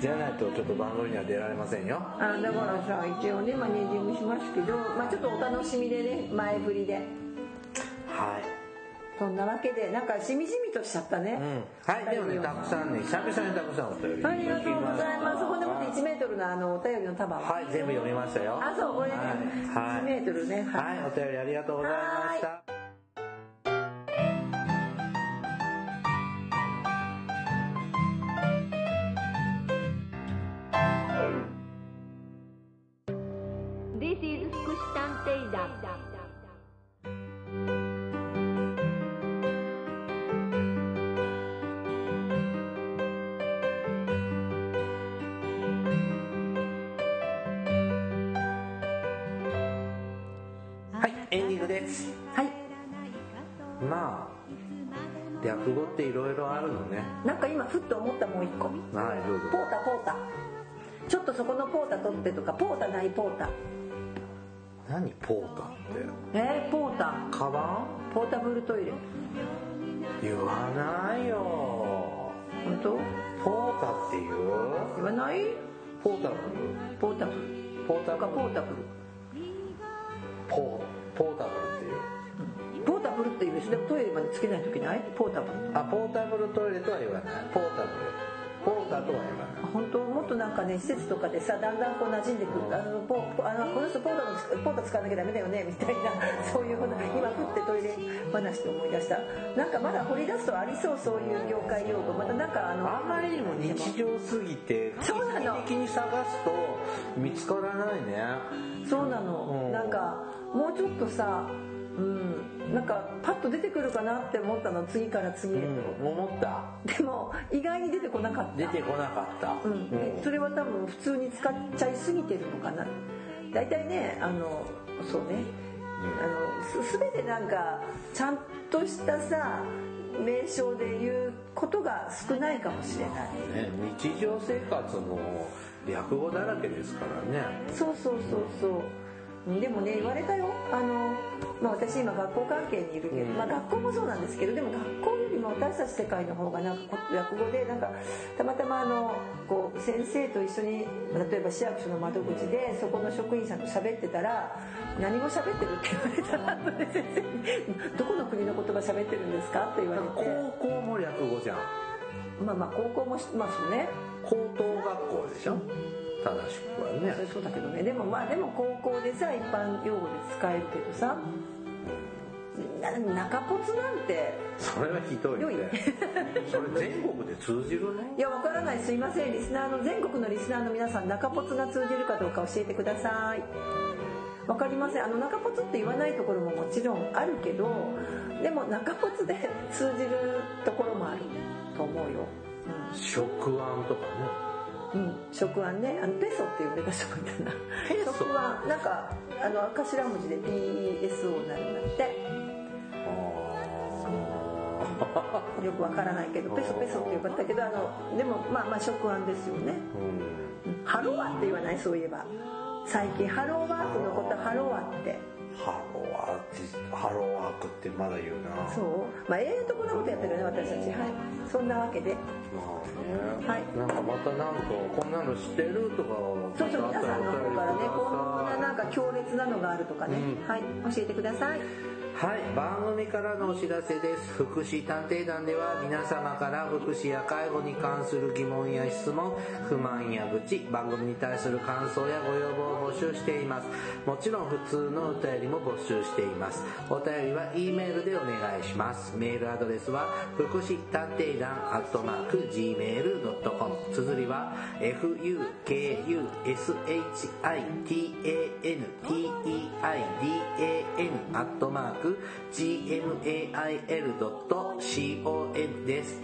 Speaker 2: じゃないとちょっと番組には出られませんよ
Speaker 1: あのだからさ一応ねマネージングしますけど、まあ、ちょっとお楽しみでね前振りで
Speaker 2: はい
Speaker 1: そんなわけでなんかしみじみとしちゃったね、
Speaker 2: うんはいでもねたくさんね久々にたくさんお便りいた
Speaker 1: あ
Speaker 2: だ
Speaker 1: り
Speaker 2: き
Speaker 1: がとうございますほんでもって
Speaker 2: は
Speaker 1: 1メートルのあのお便りの束は、
Speaker 2: い全部読みましたよ
Speaker 1: あそうこれね、
Speaker 2: はい
Speaker 1: 1メートルねはい
Speaker 2: はい、お便りありがとうございました。
Speaker 4: This is 福祉探偵団
Speaker 2: はい、エンディングです。
Speaker 1: はい
Speaker 2: まあ、略語っていろいろあるのね。
Speaker 1: なんか今ふっと思ったもう一個
Speaker 2: はい、どうぞ。
Speaker 1: ポータポータちょっとそこのポータ取ってとかポータないポータ
Speaker 2: 何ポーカーっ
Speaker 1: えー、ポータ
Speaker 2: て。カバ
Speaker 1: ポータブルトイレ
Speaker 2: ン言わないよ。
Speaker 1: 本当
Speaker 2: ポーカーって言う
Speaker 1: 言わない
Speaker 2: ポータブ
Speaker 1: ポータブル
Speaker 2: ルポータブ
Speaker 1: とか
Speaker 2: ル
Speaker 1: ポータブ
Speaker 2: ポー、ポータブルっていう。
Speaker 1: ルポータブルって言うでしょでもトイレまでつけないといけないポータブル
Speaker 2: あ、ポータブルトイレとは言わない。ポータブル。ポータとは言わない。
Speaker 1: 本当もっとなんかね施設とかでさだんだんこう馴染んでくるあのポあのこの人ポータのつポータ使わなきゃダメだよねみたいな そういうこと今ふってトイレ話で思い出したなんかまだ掘り出すとありそうそういう業界用語またなんかあの
Speaker 2: あまりにも日常すぎて、
Speaker 1: そうなの
Speaker 2: 一時的に探すと見つからないね。
Speaker 1: そうなの、
Speaker 2: うん
Speaker 1: なんかもうちょっとさうんなんかパッと出てくるかなって思ったの次から次へと、
Speaker 2: うん、思った
Speaker 1: でも意外に出てこなかった
Speaker 2: 出てこなかった、
Speaker 1: うん
Speaker 2: うん
Speaker 1: それは多分普通に使っちゃいすぎてるのかな大体ねあのそうね、あのす全てなんかちゃんとしたさ名称で言うことが少ないかもしれない
Speaker 2: ね、日常生活の略語だらけですからね
Speaker 1: そうそうそうそううんでもね言われたよあの、まあ、私今学校関係にいるけど、まあ、学校もそうなんですけどでも学校よりも私たち世界の方がなんかこ落語でなんかたまたまあのこう先生と一緒に例えば市役所の窓口でそこの職員さんと喋ってたら「何語喋ってる?」って言われたらで先生に「どこの国の言葉喋ってるんですか?」って言われ
Speaker 2: 高
Speaker 1: て
Speaker 2: 校も略語じゃん
Speaker 1: まあまあ高校もしますね
Speaker 2: 高等学校でしょ正しくはね
Speaker 1: それそうだけどねでもまあでも高校でさ一般用語で使えるけどさな中ポツなんて
Speaker 2: それはひどい
Speaker 1: 良い
Speaker 2: ねそれ全国で通じるね
Speaker 1: いやわからないすいませんリスナーの全国のリスナーの皆さん中ポツが通じるかどうか教えてくださいわかりませんあの中ポツって言わないところももちろんあるけどでも中ポツで通じるところもあると思うよ
Speaker 2: 食案とか
Speaker 1: うん、食案ねあのペソっていうメガショみたいな
Speaker 2: ペソ
Speaker 1: 食案なんかあの頭文字で PSO になるんだって
Speaker 2: ねあ
Speaker 1: よくわからないけどペソペソってよかったけどあのでもまあまあ食案ですよね
Speaker 2: ーうん
Speaker 1: ハロワって言わないそういえば最近ハローワークのことハロワって
Speaker 2: ハローワークハローワークってまだ言うな
Speaker 1: そうまあええとこのことやってるね私たちはいそんなわけで
Speaker 2: まあね、
Speaker 1: はい
Speaker 2: なんかまたなんかこんなの知ってるとか
Speaker 1: そうそう
Speaker 2: また
Speaker 1: 皆さんの方からねこんななん
Speaker 2: い
Speaker 1: か強烈なのがあるとかね、
Speaker 2: うん
Speaker 1: はい教えてください
Speaker 2: はい番組からのお知らせです福祉探偵団では皆様から福祉や介護に関する疑問や質問不満や愚痴番組に対する感想やご要望を募集していますもちろん普通のお便りも募集していますお便りは E メールでお願いしますメールアドレスは福祉探偵団アットマーク Gmail.com 綴りは fukushitanteidan アットマーク gmail.com です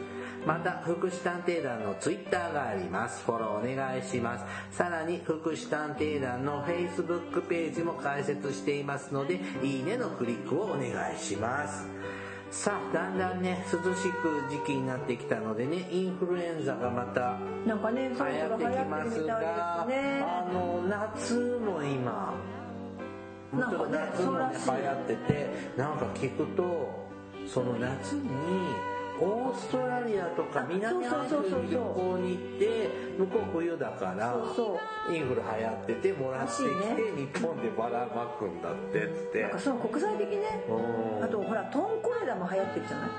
Speaker 2: また福祉探偵団のツイッターがありますフォローお願いしますさらに福祉探偵団の Facebook ページも開設していますのでいいねのクリックをお願いしますさあだんだんね涼しく時期になってきたのでねインフルエンザがまた
Speaker 1: なんかね
Speaker 2: 流
Speaker 1: そ
Speaker 2: 行
Speaker 1: ろそろ
Speaker 2: っ
Speaker 1: 流
Speaker 2: て
Speaker 1: 行
Speaker 2: き
Speaker 1: っ
Speaker 2: ま
Speaker 1: てる
Speaker 2: す
Speaker 1: みた
Speaker 2: が、
Speaker 1: いですね
Speaker 2: あの夏も今
Speaker 1: なんかね
Speaker 2: 夏もね
Speaker 1: そうらしい
Speaker 2: 流行っててなんか聞くとその夏にオーストラリアとか
Speaker 1: あ
Speaker 2: 南アフリカ
Speaker 1: そうそうそう
Speaker 2: に旅行に行って向こう冬だから
Speaker 1: そうそ
Speaker 2: インフル流行っててもらってき
Speaker 1: らしい
Speaker 2: て、日本でばらまくんだってっつって
Speaker 1: なんかそう国際的ね
Speaker 2: うん
Speaker 1: あとほらトンコレラも流行ってるじゃない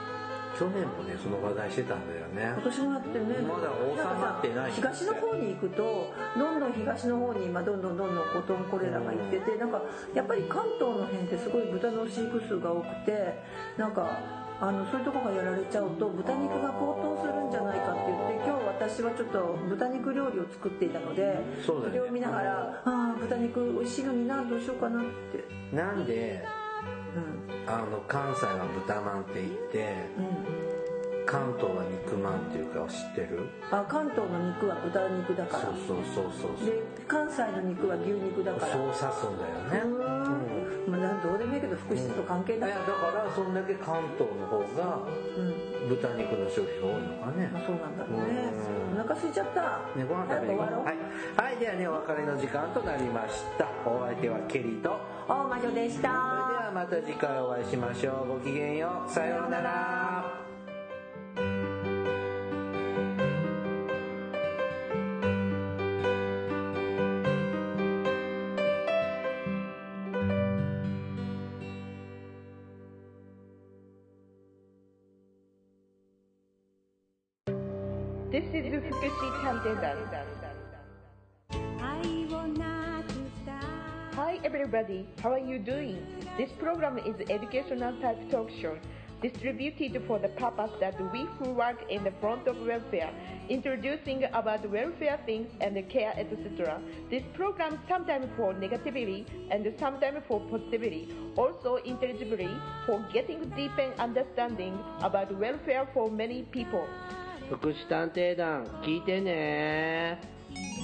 Speaker 2: 去年もねその話題してたんだよね
Speaker 1: 今年もやってるね
Speaker 2: まだ収まってないんで
Speaker 1: んか
Speaker 2: す
Speaker 1: さ
Speaker 2: よ
Speaker 1: 東の方に行くとどんどん東の方に今どんどんどんどんこうトンコレラが行っててなんかやっぱり関東の辺ってすごい豚の飼育数が多くてなんかあのそういうとこがやられちゃうと豚肉が高騰するんじゃないかって言って今日私はちょっと豚肉料理を作っていたので
Speaker 2: そうだよね
Speaker 1: れを見ながらああ豚肉美味しいのになどうしようかなって、
Speaker 2: なんで
Speaker 1: う
Speaker 2: あの関西は豚まんって言って
Speaker 1: んうん、
Speaker 2: 関東は肉まんっていうか知ってる
Speaker 1: あ関東の肉は豚肉だか
Speaker 2: そう
Speaker 1: ら
Speaker 2: そうそうそうそう
Speaker 1: で関西の肉は牛肉だから
Speaker 2: そうさすんだよね
Speaker 1: うーんまあなんどうでもいいけど福祉と関係
Speaker 2: いやだ
Speaker 1: ない、
Speaker 2: からそんだけ関東の方が
Speaker 1: うん
Speaker 2: 豚肉の消費が多いのかね
Speaker 1: まあ、そうなんだろうね
Speaker 2: うん
Speaker 1: お腹空いちゃった、
Speaker 2: ねご飯
Speaker 1: 早
Speaker 2: 食
Speaker 1: く
Speaker 2: べに行
Speaker 1: 終わ
Speaker 2: こ
Speaker 1: ろ
Speaker 2: う
Speaker 1: う、
Speaker 2: はい、はい、ではねお別れの時間となりましたお相手はケリーと
Speaker 1: 大魔女でした
Speaker 2: それではまた次回お会いしましょうごきげんようさようなら
Speaker 5: Hi everybody, how are you doing? This program is educational type talk show distributed for the purpose that we who work in the front of welfare, introducing about welfare things and care, etc. This program sometimes for negativity and sometimes for positivity, also intelligibly for getting deep and understanding about welfare for many people.
Speaker 3: 福祉探偵団聞いてね